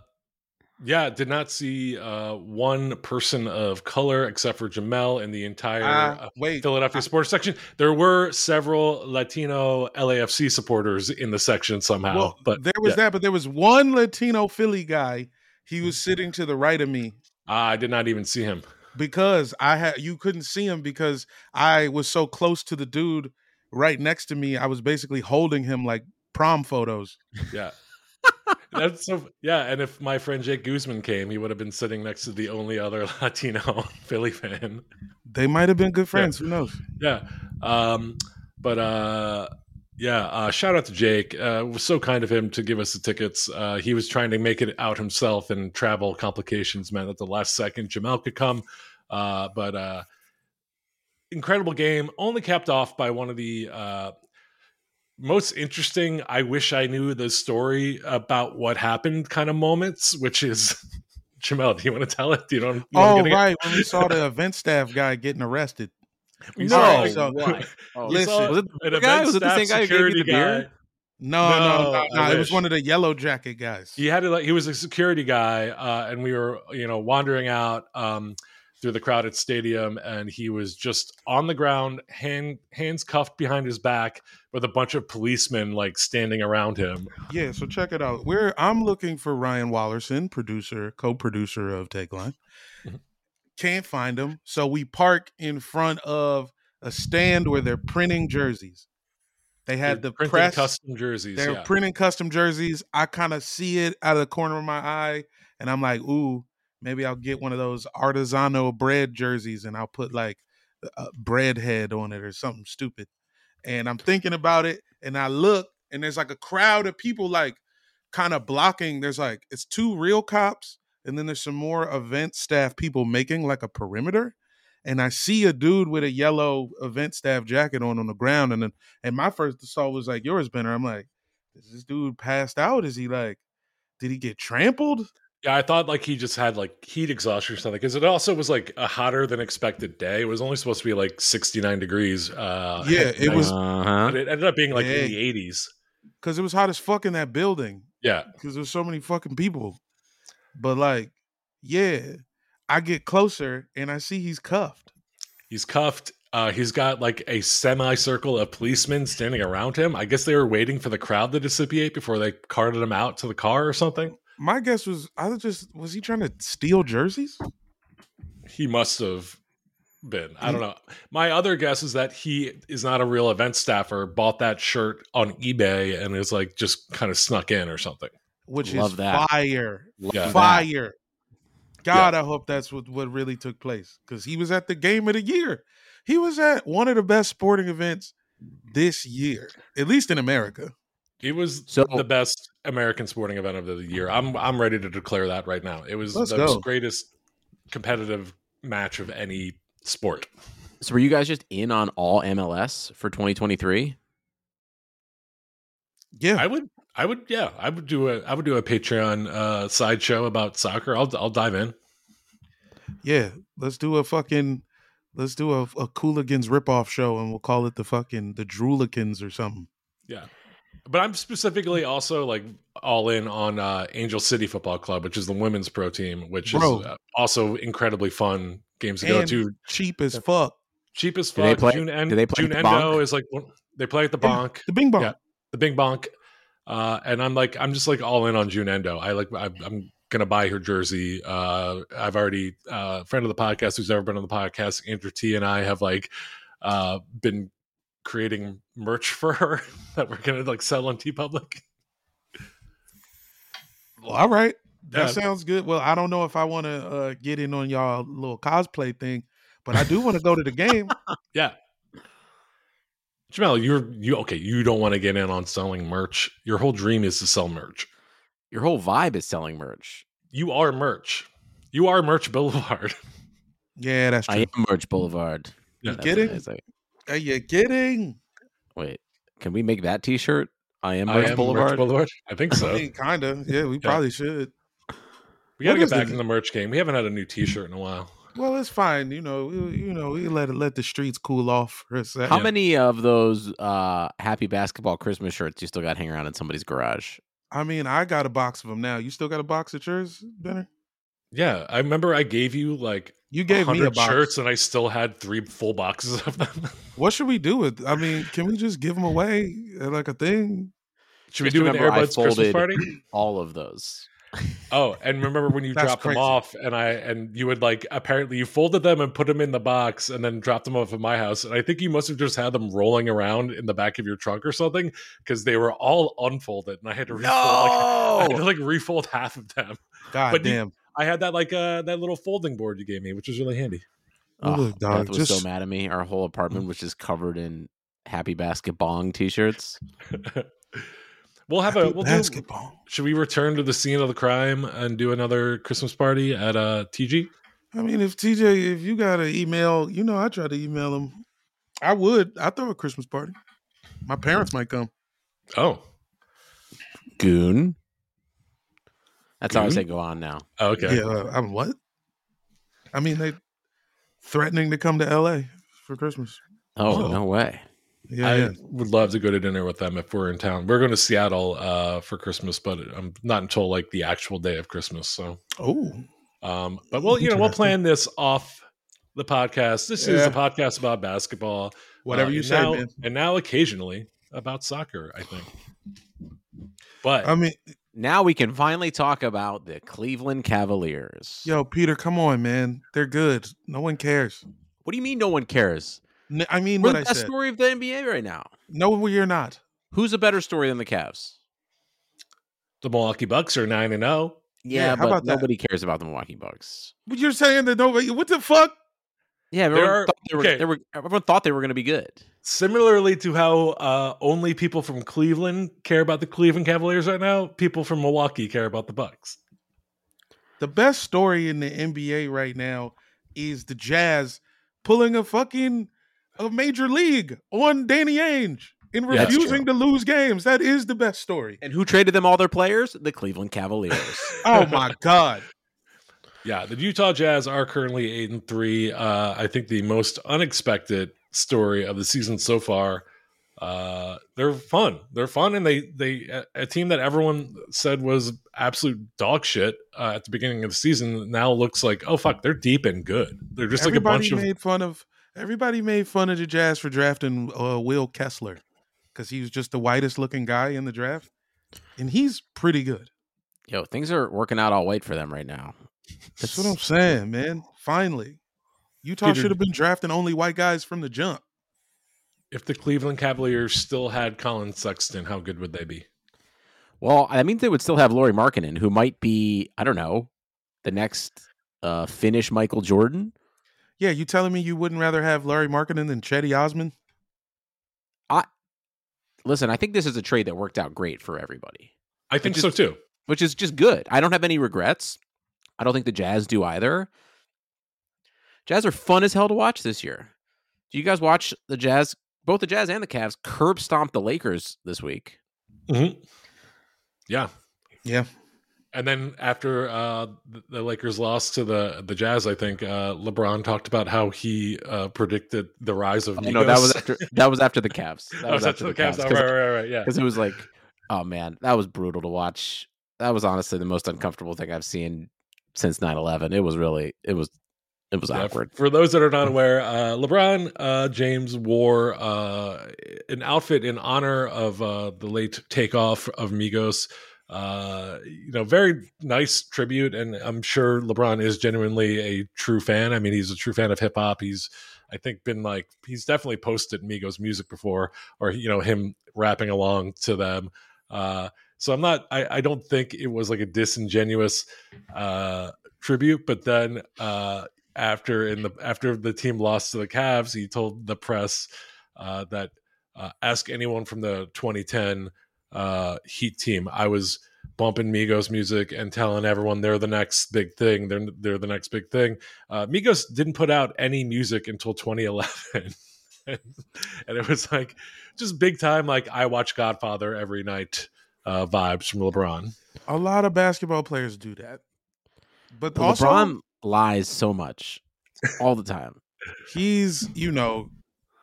[SPEAKER 3] yeah, did not see uh, one person of color except for Jamel in the entire
[SPEAKER 1] Ah,
[SPEAKER 3] uh,
[SPEAKER 1] wait,
[SPEAKER 3] Philadelphia sports section. There were several Latino LAFC supporters in the section somehow,
[SPEAKER 1] well,
[SPEAKER 3] but
[SPEAKER 1] there was
[SPEAKER 3] yeah.
[SPEAKER 1] that, but there was
[SPEAKER 2] Hmm.
[SPEAKER 1] one Latino Philly guy. He was sitting to the right of me,
[SPEAKER 3] I did not even see him.
[SPEAKER 1] because I had you couldn't see him because I was so close to the dude right next to me. I was basically holding him like prom photos.
[SPEAKER 3] Yeah. That's so yeah, and if my friend Jake Guzman came, he would have been sitting next to the only other Latino Philly fan.
[SPEAKER 1] They might have been good friends. Who knows?
[SPEAKER 3] Yeah. Um, but uh, yeah, uh, shout out to Jake. Uh, it was so kind of him to give us the tickets. Uh, he was trying to make it out himself, and travel complications meant at the last second Jamel could come. Uh, but uh, incredible game, only capped off by one of the uh, most interesting. I wish I knew the story about what happened kind of moments, which is. Jamel, do you want to tell it? Do you know? What I'm, you know what I'm
[SPEAKER 1] Oh
[SPEAKER 3] getting at?
[SPEAKER 1] right, when we saw the event staff guy getting arrested.
[SPEAKER 3] We
[SPEAKER 1] No.
[SPEAKER 3] saw-
[SPEAKER 1] So-
[SPEAKER 2] What? Oh,
[SPEAKER 3] we
[SPEAKER 1] Listen,
[SPEAKER 3] saw
[SPEAKER 2] was it
[SPEAKER 3] an
[SPEAKER 2] the guy?
[SPEAKER 3] event
[SPEAKER 2] Was it the
[SPEAKER 3] staff
[SPEAKER 2] same guy who gave you
[SPEAKER 3] security
[SPEAKER 2] the beer?
[SPEAKER 3] guy.
[SPEAKER 1] No, no,
[SPEAKER 3] No,
[SPEAKER 1] no, no.
[SPEAKER 3] I
[SPEAKER 1] It
[SPEAKER 3] wish.
[SPEAKER 1] was one of the yellow jacket guys.
[SPEAKER 3] he had to like he was a security guy uh, and we were you know wandering out um, through the crowded stadium and he was just on the ground hand hands cuffed behind his back with a bunch of policemen like standing around him
[SPEAKER 1] Yeah, so check it out. We're I'm looking for Ryan Wallerson, producer, co-producer of Take Line. Can't find him, so we park in front of a stand where they're printing jerseys. They had the
[SPEAKER 3] printing
[SPEAKER 1] press.
[SPEAKER 3] custom jerseys
[SPEAKER 1] they're
[SPEAKER 3] yeah.
[SPEAKER 1] printing custom jerseys. I kind of see it out of the corner of my eye, and I'm like, ooh, maybe I'll get one of those artisanal bread jerseys, and I'll put like a bread head on it or something stupid. And I'm thinking about it, and I look, and there's like a crowd of people like kind of blocking. There's like it's two real cops, and then there's some more event staff people making like a perimeter. And I see a dude with a yellow event staff jacket on on the ground, and then and my first thought was like yours, Benner. I'm like, is this dude passed out? Is he like, did he get trampled?
[SPEAKER 3] yeah i thought like he just had like heat exhaustion or something because it also was like a hotter than expected day it was only supposed to be like 69 degrees uh
[SPEAKER 1] Yeah,
[SPEAKER 3] at
[SPEAKER 1] it was-
[SPEAKER 3] night,
[SPEAKER 2] Uh-huh.
[SPEAKER 3] but it ended up being like in
[SPEAKER 1] Yeah.
[SPEAKER 3] the 80s
[SPEAKER 1] Because it was hot as fuck in that building.
[SPEAKER 3] yeah
[SPEAKER 1] Because there's so many fucking people. But like, yeah, I get closer and I see he's cuffed.
[SPEAKER 3] He's cuffed. Uh, he's got like a semicircle of policemen standing around him. I guess they were waiting for the crowd to dissipate before they carted him out to the car or something.
[SPEAKER 1] My guess was I was just was he trying to steal jerseys?
[SPEAKER 3] He must have been. I don't know. My other guess is that he is not a real event staffer, bought that shirt on eBay and is like just kind of snuck in or something.
[SPEAKER 1] Which
[SPEAKER 2] Love
[SPEAKER 1] is
[SPEAKER 2] that.
[SPEAKER 1] fire.
[SPEAKER 2] Love
[SPEAKER 3] Yeah.
[SPEAKER 2] that.
[SPEAKER 1] Fire. God, I hope that's what, what really took place. Because he was at the game of the year. He was at one of the best sporting events this year, at least in America.
[SPEAKER 3] It was
[SPEAKER 2] So-
[SPEAKER 3] the best American sporting event of the year. I'm I'm ready to declare that right now. It was
[SPEAKER 1] Let's
[SPEAKER 3] the
[SPEAKER 1] go.
[SPEAKER 3] greatest competitive match of any sport.
[SPEAKER 2] So were you guys just in on all MLS for 2023?
[SPEAKER 1] Yeah.
[SPEAKER 3] I would, I would, yeah, I would do a, I would do a Patreon uh, sideshow about soccer. I'll, I'll dive in.
[SPEAKER 1] Yeah, let's do a fucking let's do a, a Cooligans ripoff show and we'll call it the fucking the Drooligans or something.
[SPEAKER 3] Yeah, but I'm specifically also like all in on uh, Angel City Football Club, which is the women's pro team, which
[SPEAKER 1] Bro.
[SPEAKER 3] is uh, also incredibly fun games to go
[SPEAKER 1] And-
[SPEAKER 3] to.
[SPEAKER 1] Cheap as fuck.
[SPEAKER 3] Cheap as
[SPEAKER 2] Do they
[SPEAKER 3] fuck.
[SPEAKER 2] play-
[SPEAKER 3] June End.
[SPEAKER 2] do they play
[SPEAKER 3] June
[SPEAKER 2] at the
[SPEAKER 3] Endo
[SPEAKER 2] Bonk?
[SPEAKER 3] is like one- they play at the
[SPEAKER 1] Yeah.
[SPEAKER 3] bonk,
[SPEAKER 1] The Bing Bong.
[SPEAKER 3] Yeah. the Big Bonk, uh, and I'm like, I'm just like all in on June Endo. I like, I'm. I'm gonna buy her jersey uh i've already uh friend of the podcast who's never been on the podcast andrew t and i have like uh been creating merch for her that we're gonna like sell on t public
[SPEAKER 1] Well, all right. That
[SPEAKER 3] Yeah.
[SPEAKER 1] sounds good. Well, I don't know if I want to uh, get in on y'all little cosplay thing, but I do want to go to the game.
[SPEAKER 3] yeah jamel you're you okay you don't want to get in on selling merch your whole dream is to sell merch
[SPEAKER 2] Your whole vibe is selling merch.
[SPEAKER 3] you are merch you are merch boulevard
[SPEAKER 1] Yeah, that's true.
[SPEAKER 2] I am Merch Boulevard.
[SPEAKER 3] Yeah.
[SPEAKER 2] That's
[SPEAKER 1] Get
[SPEAKER 2] what
[SPEAKER 1] it?
[SPEAKER 2] it is. Like,
[SPEAKER 1] Are you kidding?
[SPEAKER 2] Wait, can we make that T-shirt? I am
[SPEAKER 3] I
[SPEAKER 2] Merch
[SPEAKER 3] am
[SPEAKER 2] Boulevard.
[SPEAKER 3] merch boulevard i think
[SPEAKER 1] I
[SPEAKER 3] so
[SPEAKER 1] mean, kinda. Yeah, we probably should.
[SPEAKER 3] We
[SPEAKER 1] What
[SPEAKER 3] got to get
[SPEAKER 1] is
[SPEAKER 3] back
[SPEAKER 1] the-
[SPEAKER 3] in the merch game. We haven't had a new T-shirt in a while.
[SPEAKER 1] Well, it's fine. You know, you, you know, we let it let the streets cool off for a second.
[SPEAKER 2] How many of those uh, Happy Basketball Christmas shirts you still got hanging around in somebody's garage?
[SPEAKER 1] I mean, I got a box of them now. You still got a box of yours, Benner?
[SPEAKER 3] Yeah, I remember I gave you like
[SPEAKER 1] You
[SPEAKER 3] gave
[SPEAKER 1] gave me a
[SPEAKER 3] 100
[SPEAKER 1] box.
[SPEAKER 3] shirts, and I still had three full boxes of them.
[SPEAKER 1] What should we do with? I mean, can we just give them away uh, like a thing?
[SPEAKER 3] Should we
[SPEAKER 2] Just
[SPEAKER 3] do an
[SPEAKER 2] remember I
[SPEAKER 3] Airbuds Christmas
[SPEAKER 2] folded-
[SPEAKER 3] party?
[SPEAKER 2] All of those.
[SPEAKER 3] Oh, and remember when you
[SPEAKER 1] That's
[SPEAKER 3] dropped
[SPEAKER 1] crazy.
[SPEAKER 3] them off, and I and you would like apparently you folded them and put them in the box, and then dropped them off at my house. And I think you must have just had them rolling around in the back of your trunk or something because they were all unfolded, and I had to refold. Like, I had to like refold half of them.
[SPEAKER 1] God
[SPEAKER 3] But you-
[SPEAKER 1] damn.
[SPEAKER 3] I had that like uh that little folding board you gave me, which was really handy. Ah,
[SPEAKER 2] Oh, Mm.
[SPEAKER 1] Look, dog,
[SPEAKER 2] Beth was
[SPEAKER 1] just-
[SPEAKER 2] so mad at me. Our whole apartment was just covered in Happy Basket Bong t-shirts.
[SPEAKER 3] We'll have a
[SPEAKER 1] Happy
[SPEAKER 3] we'll do.
[SPEAKER 1] basketball.
[SPEAKER 3] Should we return to the scene of the crime and do another Christmas party at uh TG?
[SPEAKER 1] I mean, if TJ, if you got an email, you know, I try to email him. I would. I throw a Christmas party. My parents might come.
[SPEAKER 3] Oh,
[SPEAKER 2] Goon. That's how I
[SPEAKER 3] Goon?
[SPEAKER 2] say go on now.
[SPEAKER 3] Oh, okay.
[SPEAKER 1] Yeah, uh, I'm what? I mean, they threatening to come to LA for Christmas.
[SPEAKER 2] Oh,
[SPEAKER 1] Oh.
[SPEAKER 2] no way.
[SPEAKER 1] Yeah,
[SPEAKER 3] I
[SPEAKER 1] yeah.
[SPEAKER 3] would love to go to dinner with them if we're in town. We're going to Seattle uh, for Christmas, but I'm not until like the actual day of Christmas. So,
[SPEAKER 1] Oh,
[SPEAKER 3] um, but we'll you know we'll
[SPEAKER 1] Interesting.
[SPEAKER 3] plan this off the podcast. This is
[SPEAKER 1] Yeah.
[SPEAKER 3] a podcast about basketball,
[SPEAKER 1] whatever
[SPEAKER 3] uh,
[SPEAKER 1] you
[SPEAKER 3] and
[SPEAKER 1] say,
[SPEAKER 3] now-
[SPEAKER 1] man.
[SPEAKER 3] and now occasionally about soccer. I think, but
[SPEAKER 1] I mean,
[SPEAKER 2] Now we can finally talk about the Cleveland Cavaliers.
[SPEAKER 1] yo, Peter, come on, man. They're good. No one cares.
[SPEAKER 2] What do you mean no one cares?
[SPEAKER 1] N- I mean,
[SPEAKER 2] We're
[SPEAKER 1] what
[SPEAKER 2] the
[SPEAKER 1] I
[SPEAKER 2] best
[SPEAKER 1] said.
[SPEAKER 2] story of the NBA right now.
[SPEAKER 1] No, we are not.
[SPEAKER 2] Who's a better story than the Cavs?
[SPEAKER 3] the Milwaukee Bucks are nine and oh. zero.
[SPEAKER 2] Yeah,
[SPEAKER 1] Yeah, how
[SPEAKER 2] but
[SPEAKER 1] about that?
[SPEAKER 2] nobody cares about the Milwaukee Bucks.
[SPEAKER 1] But you're saying that nobody. What the fuck?
[SPEAKER 2] Yeah, everyone,
[SPEAKER 3] are-
[SPEAKER 2] thought, they were,
[SPEAKER 3] okay.
[SPEAKER 2] they were, everyone thought they were going to be good.
[SPEAKER 3] Similarly to how uh, only people from Cleveland care about the Cleveland Cavaliers right now, people from Milwaukee care about the Bucks.
[SPEAKER 1] The best story in the NBA right now is the Jazz pulling a fucking a major league on Danny Ainge and
[SPEAKER 3] Yeah, that's
[SPEAKER 1] refusing to lose games. That is the best story.
[SPEAKER 2] And who traded them all their players? The Cleveland Cavaliers.
[SPEAKER 1] Oh my god.
[SPEAKER 3] Yeah, the Utah Jazz are currently eight and three. Uh, I think the most unexpected story of the season so far. Uh, they're fun. They're fun, and they they a, a team that everyone said was absolute dog shit uh, at the beginning of the season now looks like oh fuck, they're deep and good. They're just
[SPEAKER 1] everybody
[SPEAKER 3] like a bunch
[SPEAKER 1] made fun of everybody made fun of the Jazz for drafting uh, Will Kessler because he was just the whitest looking guy in the draft, and he's pretty good.
[SPEAKER 2] Yo, things are working out all white for them right now.
[SPEAKER 1] That's what I'm saying, man. Finally, Utah
[SPEAKER 3] Peter-
[SPEAKER 1] should have been drafting only white guys from the jump.
[SPEAKER 3] of if the Cleveland Cavaliers still had Colin Sexton, how good would they be?
[SPEAKER 2] Well, I mean, they would still have Laurie Markkinen, who might be, I don't know, the next uh, Finnish Michael Jordan.
[SPEAKER 1] Yeah, you telling me you wouldn't rather have Larry Markkinen than Chetty Osman?
[SPEAKER 2] Listen, I think this is a trade that worked out great for everybody,
[SPEAKER 3] I think
[SPEAKER 2] just-
[SPEAKER 3] so too.
[SPEAKER 2] which is just good. I don't have any regrets. I don't think the Jazz do either. Jazz are fun as hell to watch this year. Do you guys watch the Jazz? Both the Jazz and the Cavs curb stomp the Lakers this week.
[SPEAKER 3] Mm-hmm. Yeah,
[SPEAKER 1] Yeah,
[SPEAKER 3] And then after uh, the- the Lakers lost to the the Jazz, I think uh, LeBron talked about how he uh, predicted the rise of.
[SPEAKER 2] Oh, no, that
[SPEAKER 3] Nikos.
[SPEAKER 2] was after that was after the Cavs. That
[SPEAKER 3] That was after the Cavs. Oh, right, right, right. Yeah.
[SPEAKER 2] because it was like, oh man, that was brutal to watch. That was honestly the most uncomfortable thing I've seen since 9-11. It was really, it was, it was
[SPEAKER 3] Yeah, f-
[SPEAKER 2] awkward.
[SPEAKER 3] For those that are not aware, uh, LeBron uh, James wore uh, an outfit in honor of uh, the late takeoff of Migos. Uh, you know, very nice tribute, and I'm sure LeBron is genuinely a true fan. I mean, he's a true fan of hip hop. He's, I think, been like he's definitely posted Migos music before, or you know, him rapping along to them. Uh, so I'm not. I, I don't think it was like a disingenuous uh, tribute. But then uh, after in the after the team lost to the Cavs, he told the press uh, that uh, ask anyone from the 2010 uh, Heat team. I was bumping Migos music and telling everyone they're the next big thing. They're they're the next big thing. Uh, Migos didn't put out any music until 2011. And, and it was like just big time, like I watch Godfather every night uh, vibes from LeBron.
[SPEAKER 1] a lot of basketball players do that, but
[SPEAKER 2] But
[SPEAKER 1] also
[SPEAKER 2] LeBron lies so much all the time.
[SPEAKER 1] he's you know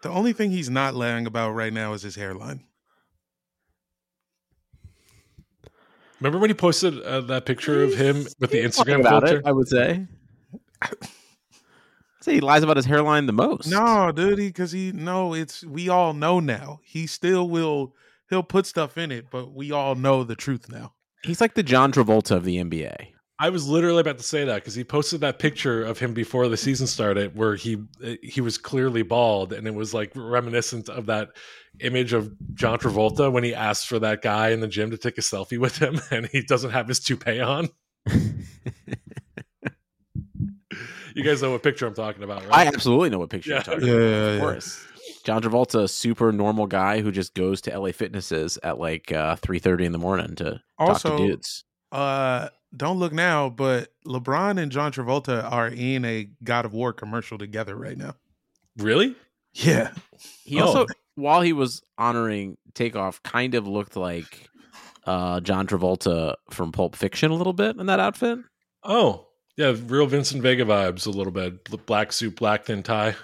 [SPEAKER 1] the only thing he's not lying about right now is his hairline.
[SPEAKER 3] Remember when he posted uh, that picture of him with the
[SPEAKER 2] He's lying
[SPEAKER 3] Instagram
[SPEAKER 2] about
[SPEAKER 3] filter?
[SPEAKER 2] it, I would say. I'd say he lies about his hairline the most.
[SPEAKER 1] No, dude, because he, no, it's we all know now. He still will. He'll put stuff in it, but we all know the truth now.
[SPEAKER 2] He's like the John Travolta of the NBA.
[SPEAKER 3] I was literally about to say that because he posted that picture of him before the season started, where he he was clearly bald, and it was like reminiscent of that image of John Travolta when he asked for that guy in the gym to take a selfie with him, and he doesn't have his toupee on. you guys know what picture I'm talking about,
[SPEAKER 2] I
[SPEAKER 3] right?
[SPEAKER 2] absolutely know what picture
[SPEAKER 3] Yeah.
[SPEAKER 2] you're talking
[SPEAKER 1] Yeah,
[SPEAKER 2] about.
[SPEAKER 1] yeah,
[SPEAKER 2] of
[SPEAKER 1] yeah.
[SPEAKER 2] course. John Travolta, a super normal guy who just goes to LA Fitnesses at like uh, three thirty in the morning to
[SPEAKER 1] Also,
[SPEAKER 2] talk to dudes.
[SPEAKER 1] Uh, don't look now, but LeBron and John Travolta are in a God of War commercial together right now.
[SPEAKER 3] really?
[SPEAKER 1] Yeah,
[SPEAKER 2] He
[SPEAKER 3] Oh.
[SPEAKER 2] also, while he was honoring Takeoff, kind of looked like uh, John Travolta from Pulp Fiction a little bit in that outfit.
[SPEAKER 3] Oh, yeah, real Vincent Vega vibes a little bit. Bl- Black suit, black thin tie,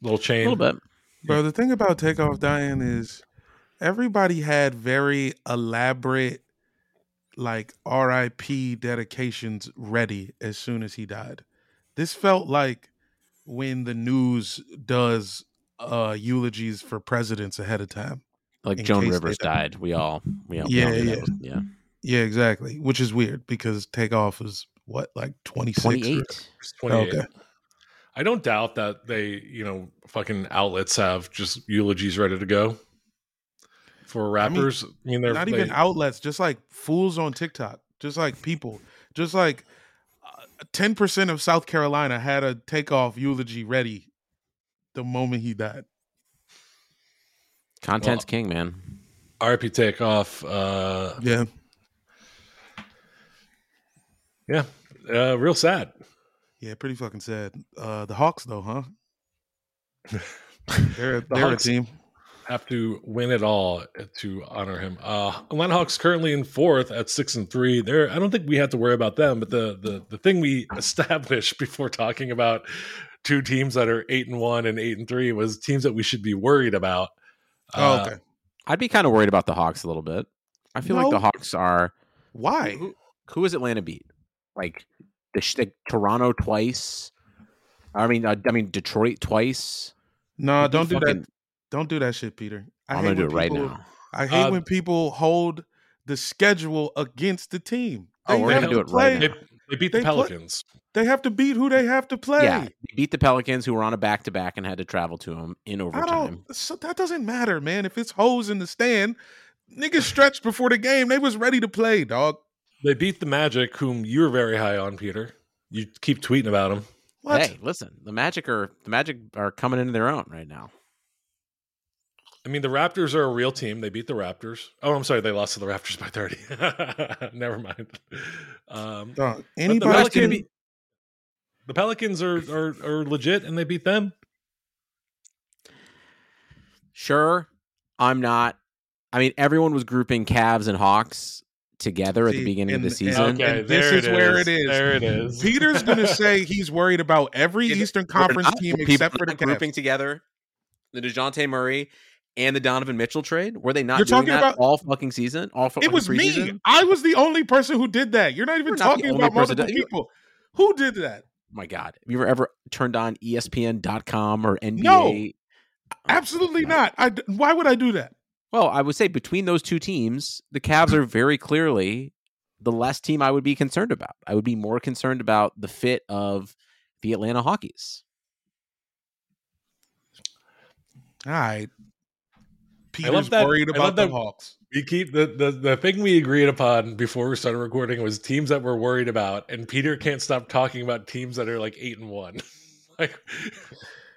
[SPEAKER 3] little
[SPEAKER 2] A
[SPEAKER 3] chain.
[SPEAKER 2] little bit.
[SPEAKER 1] bro. The thing about Takeoff dying is everybody had very elaborate, like R.I.P. dedications ready as soon as he died. This felt like when the news does uh eulogies for presidents ahead of time.
[SPEAKER 2] Like
[SPEAKER 1] In
[SPEAKER 2] Joan
[SPEAKER 1] case they
[SPEAKER 2] Rivers
[SPEAKER 1] don't-
[SPEAKER 2] died. We all, we all,
[SPEAKER 1] Yeah,
[SPEAKER 2] we all knew that
[SPEAKER 1] yeah.
[SPEAKER 2] was- yeah.
[SPEAKER 1] Yeah, exactly. Which is weird because Takeoff was what like twenty six.
[SPEAKER 2] 28.
[SPEAKER 3] It's 28.
[SPEAKER 1] Okay.
[SPEAKER 3] I don't doubt that they, you know, fucking outlets have just eulogies ready to go for
[SPEAKER 1] mean,
[SPEAKER 3] rappers. I mean, they're
[SPEAKER 1] not
[SPEAKER 3] they-
[SPEAKER 1] even outlets, just like fools on TikTok, just like people, just like uh, ten percent of South Carolina had a takeoff eulogy ready the moment he died.
[SPEAKER 2] Content's
[SPEAKER 3] Well-
[SPEAKER 2] king, man.
[SPEAKER 3] RIP take off. Uh,
[SPEAKER 1] Yeah,
[SPEAKER 3] yeah, uh, real sad.
[SPEAKER 1] yeah, pretty fucking sad. Uh, the Hawks, though, huh? they're they're
[SPEAKER 3] Hawks.
[SPEAKER 1] a team.
[SPEAKER 3] Have to win it all to honor him. Uh, Atlanta Hawks currently in fourth at six and three. There, I don't think we have to worry about them. But the the the thing we established before talking about two teams that are eight and one and eight and three was teams that we should be worried about.
[SPEAKER 1] Oh,
[SPEAKER 3] Uh,
[SPEAKER 1] okay,
[SPEAKER 2] I'd be kind of worried about the Hawks a little bit. I feel like
[SPEAKER 1] No.
[SPEAKER 2] the Hawks are.
[SPEAKER 1] why?
[SPEAKER 2] Who, who is Atlanta beat? Like the, sh- like Toronto twice. I mean, uh, I mean Detroit twice.
[SPEAKER 1] No,
[SPEAKER 2] Who
[SPEAKER 1] don't do
[SPEAKER 2] fucking-
[SPEAKER 1] that. Don't do that shit, Peter. I
[SPEAKER 2] I'm
[SPEAKER 1] hate
[SPEAKER 2] gonna do it
[SPEAKER 1] when
[SPEAKER 2] right
[SPEAKER 1] people-
[SPEAKER 2] now.
[SPEAKER 1] I hate
[SPEAKER 3] Uh,
[SPEAKER 1] when people hold the schedule against the team.
[SPEAKER 2] Oh, we're
[SPEAKER 1] have to
[SPEAKER 2] gonna do it
[SPEAKER 1] play-
[SPEAKER 2] right now.
[SPEAKER 3] They, they beat
[SPEAKER 1] They play-
[SPEAKER 3] the Pelicans.
[SPEAKER 1] They have to beat who they have to play.
[SPEAKER 2] Yeah, they beat the Pelicans, who were on a back to back and had to travel to them in
[SPEAKER 1] I
[SPEAKER 2] overtime.
[SPEAKER 1] don't. So that doesn't matter, man. If it's hoes in the stand, niggas stretched before the game. They was ready to play, dog.
[SPEAKER 3] They beat the Magic, whom you're very high on, Peter. You keep tweeting about them.
[SPEAKER 1] What?
[SPEAKER 2] Hey, listen, the Magic are the Magic are coming into their own right now.
[SPEAKER 3] I mean, the Raptors are a real team. They beat the Raptors. Oh, I'm sorry, they lost to the Raptors by 30. Never mind. Um, but
[SPEAKER 1] Dog,
[SPEAKER 3] the,
[SPEAKER 1] anybody?
[SPEAKER 3] Pelican-
[SPEAKER 1] Can,
[SPEAKER 3] the Pelicans are, are are legit, and they beat them.
[SPEAKER 2] Sure, I'm not. I mean, everyone was grouping Cavs and Hawks together at the
[SPEAKER 1] See,
[SPEAKER 2] beginning of
[SPEAKER 1] and-
[SPEAKER 2] the
[SPEAKER 1] and-
[SPEAKER 2] season.
[SPEAKER 1] Okay, And this there is it where is. it is.
[SPEAKER 3] There it is.
[SPEAKER 1] Peter's gonna say he's worried about every
[SPEAKER 2] It-
[SPEAKER 1] Eastern
[SPEAKER 2] We're
[SPEAKER 1] Conference
[SPEAKER 2] not-
[SPEAKER 1] team
[SPEAKER 2] were people
[SPEAKER 1] except for the
[SPEAKER 2] not grouping
[SPEAKER 1] Cavs.
[SPEAKER 2] together the Dejounte Murray and the Donovan Mitchell trade. Were they not
[SPEAKER 1] You're
[SPEAKER 2] doing
[SPEAKER 1] talking
[SPEAKER 2] that
[SPEAKER 1] about-
[SPEAKER 2] all fucking season? All fucking
[SPEAKER 1] It was me.
[SPEAKER 2] preseason?
[SPEAKER 1] I was the only person who did that. You're not even
[SPEAKER 2] You're not the
[SPEAKER 1] talking
[SPEAKER 2] only
[SPEAKER 1] about
[SPEAKER 2] person
[SPEAKER 1] multiple
[SPEAKER 2] that- you-
[SPEAKER 1] people. Who did that?
[SPEAKER 3] Oh,
[SPEAKER 2] My God, have you ever ever turned on E ESPN.com or NBA? Uh,
[SPEAKER 1] Absolutely
[SPEAKER 2] God.
[SPEAKER 1] not. I. d- Why would I do that?
[SPEAKER 2] Well, I would say between those two teams, the Cavs are very clearly the less team I would be concerned about. I would be more concerned about the fit of the Atlanta Hawkeyes.
[SPEAKER 1] All right. Peter's
[SPEAKER 3] that-
[SPEAKER 1] worried
[SPEAKER 3] I
[SPEAKER 1] about
[SPEAKER 3] love
[SPEAKER 1] the
[SPEAKER 3] that-
[SPEAKER 1] Hawks.
[SPEAKER 3] We keep the, the the thing we agreed upon before we started recording was teams that we're worried about, and Peter can't stop talking about teams that are like eight and one. like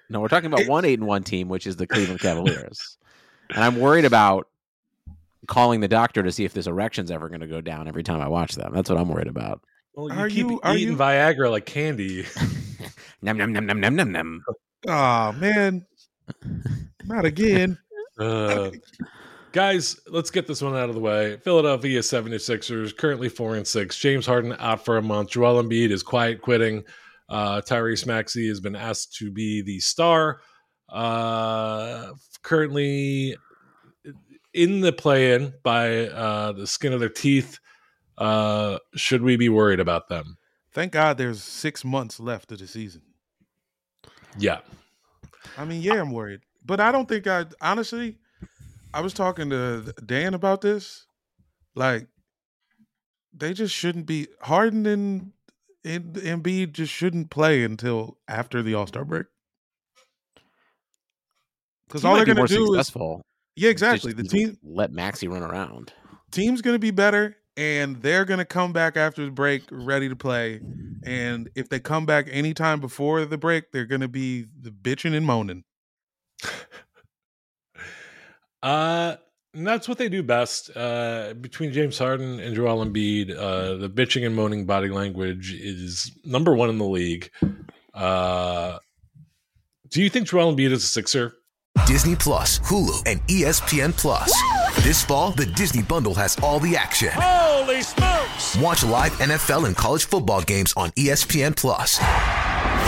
[SPEAKER 2] No, we're talking about
[SPEAKER 1] It-
[SPEAKER 2] one eight and one team, which is the Cleveland Cavaliers, and I'm worried about calling the doctor to see if this erection's ever going to go down every time I watch them. That's what I'm worried about.
[SPEAKER 3] Well,
[SPEAKER 1] Are
[SPEAKER 3] you keep
[SPEAKER 1] you- are
[SPEAKER 3] eating
[SPEAKER 1] you-
[SPEAKER 3] Viagra like candy.
[SPEAKER 2] Nom nom nom nom nom nom nom.
[SPEAKER 1] Oh man, not again.
[SPEAKER 3] Uh, guys, let's get this one out of the way. Philadelphia 76ers currently 4 and 6. James Harden out for a month. Joel Embiid is quiet quitting. Uh, Tyrese Maxey has been asked to be the star. Uh, currently in the play in by uh, the skin of their teeth. Uh, should we be worried about them?
[SPEAKER 1] Thank God there's six months left of the season.
[SPEAKER 3] Yeah.
[SPEAKER 1] I mean, yeah, I'm worried, but I don't think I honestly. I was talking to Dan about this. Like, they just shouldn't be Harden and and Embiid just shouldn't play until after the All Star break. Because
[SPEAKER 2] He
[SPEAKER 1] all
[SPEAKER 2] might
[SPEAKER 1] they're going
[SPEAKER 2] be more
[SPEAKER 1] to do is
[SPEAKER 2] successful.
[SPEAKER 1] yeah,
[SPEAKER 2] They
[SPEAKER 1] exactly.
[SPEAKER 2] just
[SPEAKER 1] The
[SPEAKER 2] need
[SPEAKER 1] team
[SPEAKER 2] to let Maxi run around.
[SPEAKER 1] team's going to be better and they're going to come back after the break ready to play and if they come back anytime before the break they're going to be the bitching and moaning
[SPEAKER 3] Uh, and that's what they do best. Uh, between James Harden and Joel Embiid, uh, the bitching and moaning body language is number one in the league. Uh, do you think Joel Embiid is a Sixer?
[SPEAKER 4] Disney Plus, Hulu, and E ESPN Plus. This fall, the Disney Bundle has all the action. Holy smokes! Watch live NFL and college football games on E ESPN Plus.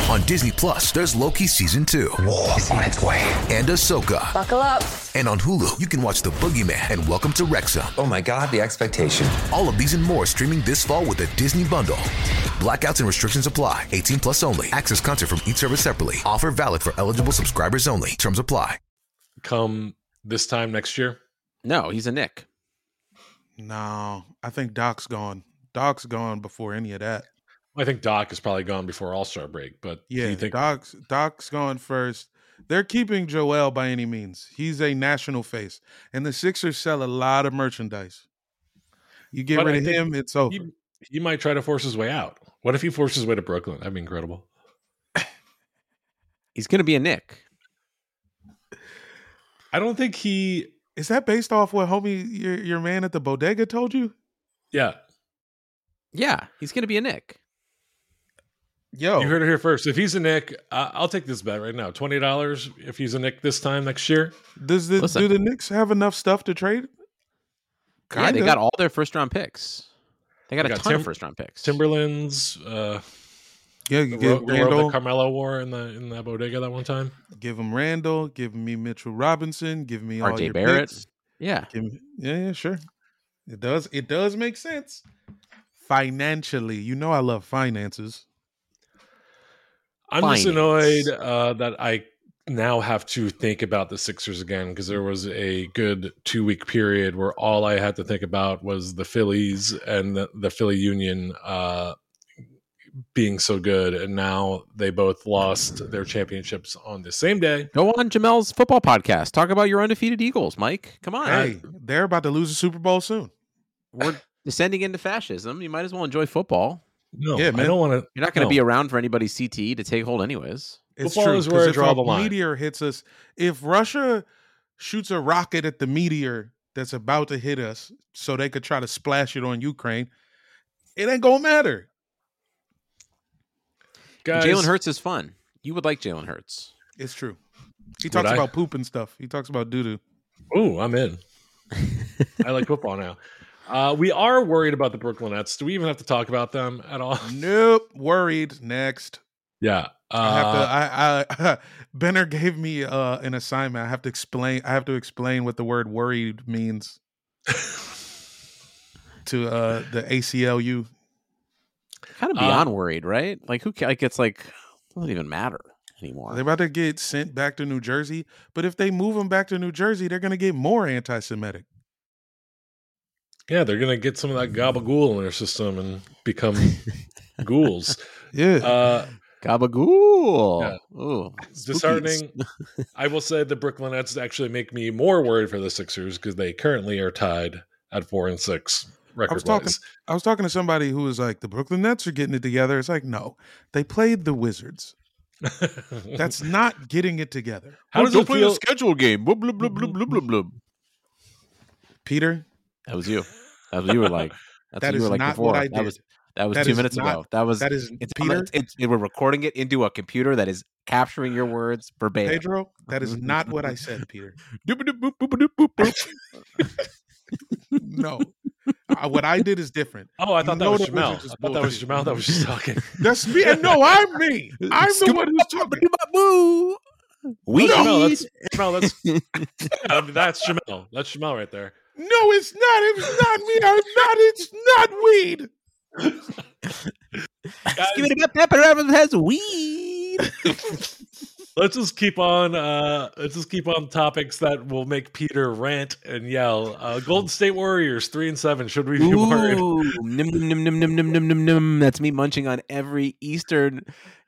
[SPEAKER 4] On Disney Plus, there's Loki season two. War is on its way. And Ahsoka. Buckle up. And on Hulu, you can watch The Boogeyman and Welcome to Rexham.
[SPEAKER 5] Oh my God, the expectation.
[SPEAKER 4] All of these and more streaming this fall with the Disney Bundle. Blackouts and restrictions apply. 18 plus only. Access content from each service separately. Offer valid for eligible subscribers only. Terms apply.
[SPEAKER 3] Come this time next year.
[SPEAKER 2] No, he's a Nick.
[SPEAKER 1] no i think doc's gone doc's gone before any of that
[SPEAKER 3] I think Doc is probably gone before All Star break, but do
[SPEAKER 1] yeah
[SPEAKER 3] you think
[SPEAKER 1] doc's doc's gone first they're keeping joel by any means he's a national face and the sixers sell a lot of merchandise you get
[SPEAKER 3] But
[SPEAKER 1] rid
[SPEAKER 3] I
[SPEAKER 1] of
[SPEAKER 3] think
[SPEAKER 1] him it's over
[SPEAKER 3] he, he might try to force his way out? What if he forces his way to Brooklyn? That'd be incredible.
[SPEAKER 2] He's going to be a Nick.
[SPEAKER 3] I don't think he.
[SPEAKER 1] is that based off what homie your, your man at the bodega told you
[SPEAKER 3] Yeah,
[SPEAKER 2] Yeah, he's going to be a Nick.
[SPEAKER 1] yo
[SPEAKER 3] You heard it here first. If he's a Nick, I I'll take this bet right now. Twenty dollars if he's a Nick this time next year.
[SPEAKER 1] Does the
[SPEAKER 2] Listen.
[SPEAKER 1] do the Knicks have enough stuff to trade?
[SPEAKER 2] Yeah, they
[SPEAKER 1] Kinda.
[SPEAKER 2] got all their first round picks. They got
[SPEAKER 3] They
[SPEAKER 2] a
[SPEAKER 3] got
[SPEAKER 2] ton
[SPEAKER 3] Tim-
[SPEAKER 2] of first round picks.
[SPEAKER 3] Timberlands, uh,
[SPEAKER 1] Yeah,
[SPEAKER 3] the
[SPEAKER 1] you
[SPEAKER 3] ro-
[SPEAKER 1] get
[SPEAKER 3] the robe that
[SPEAKER 1] Randall,
[SPEAKER 3] Carmelo wore in the in that bodega that one time.
[SPEAKER 1] give him Randall, give me Mitchell Robinson, give me all
[SPEAKER 2] RJ
[SPEAKER 1] your
[SPEAKER 2] Barrett.
[SPEAKER 1] picks.
[SPEAKER 2] Yeah.
[SPEAKER 1] Give me, yeah, yeah, sure. It does. It does make sense financially. You know, I love finances.
[SPEAKER 3] I'm
[SPEAKER 2] Finance.
[SPEAKER 3] just annoyed uh, that I now have to think about the Sixers again because there was a good two week period where all I had to think about was the Phillies and the, the Philly Union uh, being so good, and now they both lost their championships on the same day.
[SPEAKER 2] Go on Jamel's football podcast. Talk about your undefeated Eagles, Mike. Come on.
[SPEAKER 1] Hey, they're about to lose the Super Bowl soon.
[SPEAKER 2] We're descending into fascism. You might as well enjoy football.
[SPEAKER 3] No,
[SPEAKER 1] Yeah,
[SPEAKER 3] I
[SPEAKER 1] man.
[SPEAKER 3] don't want to.
[SPEAKER 2] You're not going to
[SPEAKER 3] No.
[SPEAKER 2] be around for anybody's CTE to take hold, anyways.
[SPEAKER 1] It's
[SPEAKER 3] Football
[SPEAKER 1] true.
[SPEAKER 3] is where
[SPEAKER 1] 'cause
[SPEAKER 3] I
[SPEAKER 1] if
[SPEAKER 3] draw
[SPEAKER 1] a
[SPEAKER 3] the line.
[SPEAKER 1] meteor hits us, if Russia shoots a rocket at the meteor that's about to hit us, so they could try to splash it on Ukraine, it ain't gonna matter.
[SPEAKER 3] Guys,
[SPEAKER 2] Jalen Hurts is fun. You would like Jalen Hurts.
[SPEAKER 1] It's true. He
[SPEAKER 3] Would
[SPEAKER 1] talks
[SPEAKER 3] I?
[SPEAKER 1] about poop and stuff. He talks about doo doo.
[SPEAKER 3] Oh, I'm in. I like football now. Uh, we are worried about the Brooklyn Nets. Do we even have to talk about them at all?
[SPEAKER 1] Nope. Worried. Next.
[SPEAKER 3] Yeah. Uh,
[SPEAKER 1] I have to. I. I Benner gave me uh, an assignment. I have to explain. I have to explain what the word worried means to uh, the ACLU.
[SPEAKER 2] Kind of
[SPEAKER 3] Uh,
[SPEAKER 2] beyond worried, right? Like who? ca- Like it's like doesn't even matter anymore.
[SPEAKER 1] They're about to get sent back to New Jersey. But if they move them back to New Jersey, they're going to get more anti-Semitic.
[SPEAKER 3] yeah, they're gonna get some of that gabagool in their system and become ghouls.
[SPEAKER 1] Yeah.
[SPEAKER 3] Uh,
[SPEAKER 2] Gabagool. Ooh, spooky.
[SPEAKER 3] disheartening. I will say the Brooklyn Nets actually make me more worried for the Sixers because they currently are tied at four and six
[SPEAKER 1] I was
[SPEAKER 3] record
[SPEAKER 1] talking.
[SPEAKER 3] wise.
[SPEAKER 1] I was talking to somebody who was like, "The Brooklyn Nets are getting it together." It's like, no, they played the Wizards. That's not getting it together.
[SPEAKER 3] how does it feel? Mm-hmm.
[SPEAKER 2] schedule game? Blub, blub, blub, blub, blub, blub, blub.
[SPEAKER 1] Peter,
[SPEAKER 2] That was you. That's what you were like.
[SPEAKER 1] That
[SPEAKER 2] That's what you
[SPEAKER 1] is
[SPEAKER 2] were like
[SPEAKER 1] not
[SPEAKER 2] before.
[SPEAKER 1] what I did.
[SPEAKER 2] That was that was
[SPEAKER 1] That
[SPEAKER 2] two
[SPEAKER 1] is
[SPEAKER 2] minutes
[SPEAKER 1] not-
[SPEAKER 2] ago. That was
[SPEAKER 1] that is
[SPEAKER 2] it's
[SPEAKER 1] Peter
[SPEAKER 2] It's, it's, we're recording it into a computer that is capturing your words verbatim.
[SPEAKER 1] Pedro. That
[SPEAKER 2] Mm-hmm.
[SPEAKER 1] is not what I said, Peter.
[SPEAKER 2] Doop-a-doop, boop-a-doop, boop, boop.
[SPEAKER 1] No, I, what I did is different.
[SPEAKER 3] Oh, I
[SPEAKER 1] You
[SPEAKER 3] thought that
[SPEAKER 1] know
[SPEAKER 3] was
[SPEAKER 1] the
[SPEAKER 3] Jamel.
[SPEAKER 1] Wizards is
[SPEAKER 3] I thought that was
[SPEAKER 1] bullshit.
[SPEAKER 3] Jamel that was just talking.
[SPEAKER 1] That's me. And no, I'm me. I'm the one who's talking. Oh,
[SPEAKER 2] Boo. We
[SPEAKER 3] no,
[SPEAKER 2] need-
[SPEAKER 3] that's Jamel. That's Yeah, that's Jamel. That's Jamel right there.
[SPEAKER 1] No, it's not. It's not me. I'm not. It's not weed.
[SPEAKER 3] Guys,
[SPEAKER 2] Give it a pepper has weed.
[SPEAKER 3] let's just keep on. Uh, let's just keep on topics that will make Peter rant and yell. Uh, Golden State Warriors three and seven. Should we be worried?
[SPEAKER 2] Ooh, nim, nim, nim, nim, nim, nim, nim, nim. That's me munching on every Eastern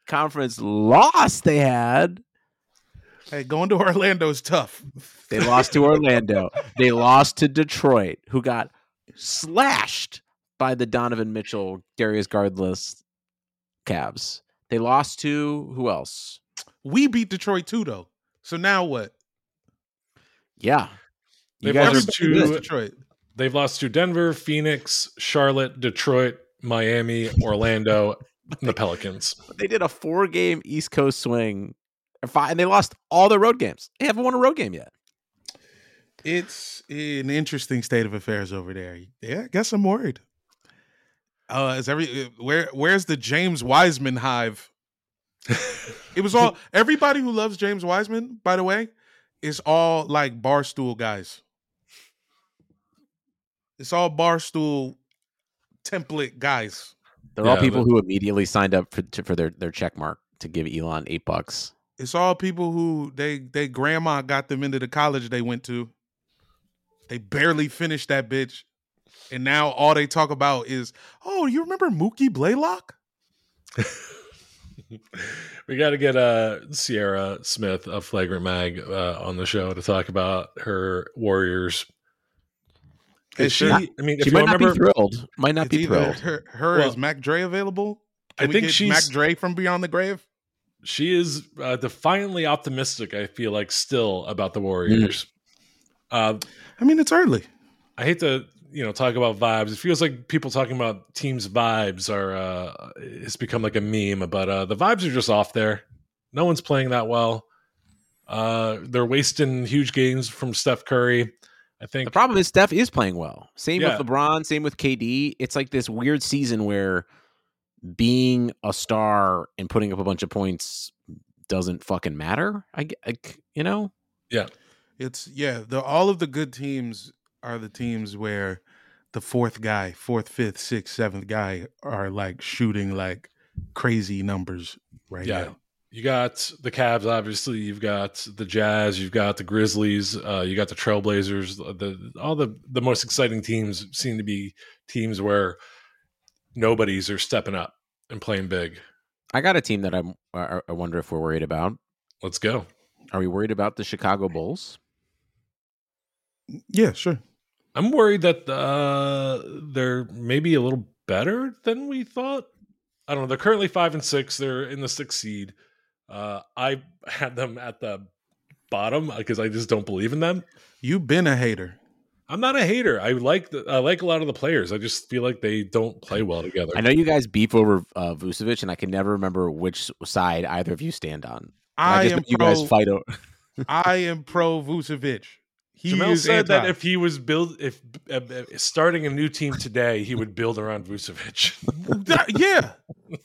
[SPEAKER 2] Conference loss they had.
[SPEAKER 1] Hey, going to Orlando is tough.
[SPEAKER 2] They lost to Orlando. They lost to Detroit, who got slashed by the Donovan Mitchell, Darius Guardless Cavs. They lost to who else?
[SPEAKER 1] We beat Detroit too, though. So now what?
[SPEAKER 2] Yeah. You
[SPEAKER 3] They've
[SPEAKER 2] guys
[SPEAKER 3] lost
[SPEAKER 2] are
[SPEAKER 3] to-
[SPEAKER 1] That's
[SPEAKER 2] good.
[SPEAKER 1] Detroit.
[SPEAKER 3] They've lost to Denver, Phoenix, Charlotte, Detroit, Miami, Orlando, and the Pelicans.
[SPEAKER 2] They did a four game East Coast swing, or five, and they lost all their road games. They haven't won a road game yet.
[SPEAKER 1] It's an interesting state of affairs over there. Yeah, I guess I'm worried. Uh, is every uh, where? Where's the James Wiseman hive? it was all everybody who loves James Wiseman. By the way, is all like barstool guys. It's all barstool template guys.
[SPEAKER 2] They're
[SPEAKER 3] Yeah,
[SPEAKER 2] all people
[SPEAKER 3] but-
[SPEAKER 2] who immediately signed up for to, for their their check mark to give Elon eight bucks.
[SPEAKER 1] It's all people who they they grandma got them into the college they went to. They barely finished that bitch. And now all they talk about is, oh, you remember Mookie Blaylock?
[SPEAKER 3] We got to get uh, Sierra Smith of Flagrant Mag uh, on the show to talk about her Warriors. Is
[SPEAKER 1] It's
[SPEAKER 3] she?
[SPEAKER 1] not-
[SPEAKER 3] I mean, if
[SPEAKER 2] Ah, She
[SPEAKER 3] you
[SPEAKER 2] might not
[SPEAKER 3] remember,
[SPEAKER 2] be thrilled. Might not
[SPEAKER 1] It's
[SPEAKER 2] be
[SPEAKER 1] either
[SPEAKER 2] thrilled.
[SPEAKER 1] her, her
[SPEAKER 3] Well,
[SPEAKER 1] is Mac Dre available?
[SPEAKER 3] I
[SPEAKER 1] Can we
[SPEAKER 3] think
[SPEAKER 1] get
[SPEAKER 3] she's-
[SPEAKER 1] Mac Dre from Beyond the Grave.
[SPEAKER 3] she is uh, defiantly optimistic. I feel like still about
[SPEAKER 2] Mm.
[SPEAKER 3] the Warriors. Uh,
[SPEAKER 1] I mean, it's early.
[SPEAKER 3] I hate to you know talk about vibes. It feels like people talking about teams' vibes are uh, it's become like a meme. But uh, the vibes are just off there. No one's playing that well. Uh, they're wasting huge games from Steph Curry. I think
[SPEAKER 2] The problem is Steph is playing well. Same
[SPEAKER 3] Yeah.
[SPEAKER 2] with LeBron, same with KD. It's like this weird season where being a star and putting up a bunch of points doesn't fucking matter. I, g- I c- you know,
[SPEAKER 1] It's yeah. The all of the good teams are the teams where the fourth guy, fourth, fifth, sixth, seventh guy are like shooting like crazy numbers right
[SPEAKER 3] Yeah.
[SPEAKER 1] now.
[SPEAKER 3] You got the Cavs, obviously. You've got the Jazz. You've got the Grizzlies. Uh, you got the Trailblazers. The all the the most exciting teams seem to be teams where nobodies are stepping up and playing big.
[SPEAKER 2] I got a team that I'm I, I wonder if we're worried about.
[SPEAKER 3] Let's go.
[SPEAKER 2] Are we worried about the Chicago Bulls?
[SPEAKER 1] Yeah, sure.
[SPEAKER 3] I'm worried that uh, they're maybe a little better than we thought. I don't know. They're currently five and six. They're in the sixth seed. Uh, I had them at the bottom because I just don't believe in them.
[SPEAKER 1] You've been a hater.
[SPEAKER 3] I'm not a hater. I like the, I like a lot of the players. I just feel like they don't play well together.
[SPEAKER 2] I know you guys beef over uh, Vucevic, and I can never remember which side either of you stand on.
[SPEAKER 1] I,
[SPEAKER 2] just
[SPEAKER 1] am
[SPEAKER 2] know you
[SPEAKER 1] pro,
[SPEAKER 2] guys fight over.
[SPEAKER 1] I am pro Vucevic. He
[SPEAKER 3] Jamel
[SPEAKER 1] is
[SPEAKER 3] said that
[SPEAKER 1] anti.
[SPEAKER 3] if he was build if uh, uh, starting a new team today, he would build around Vucevic.
[SPEAKER 1] That- yeah,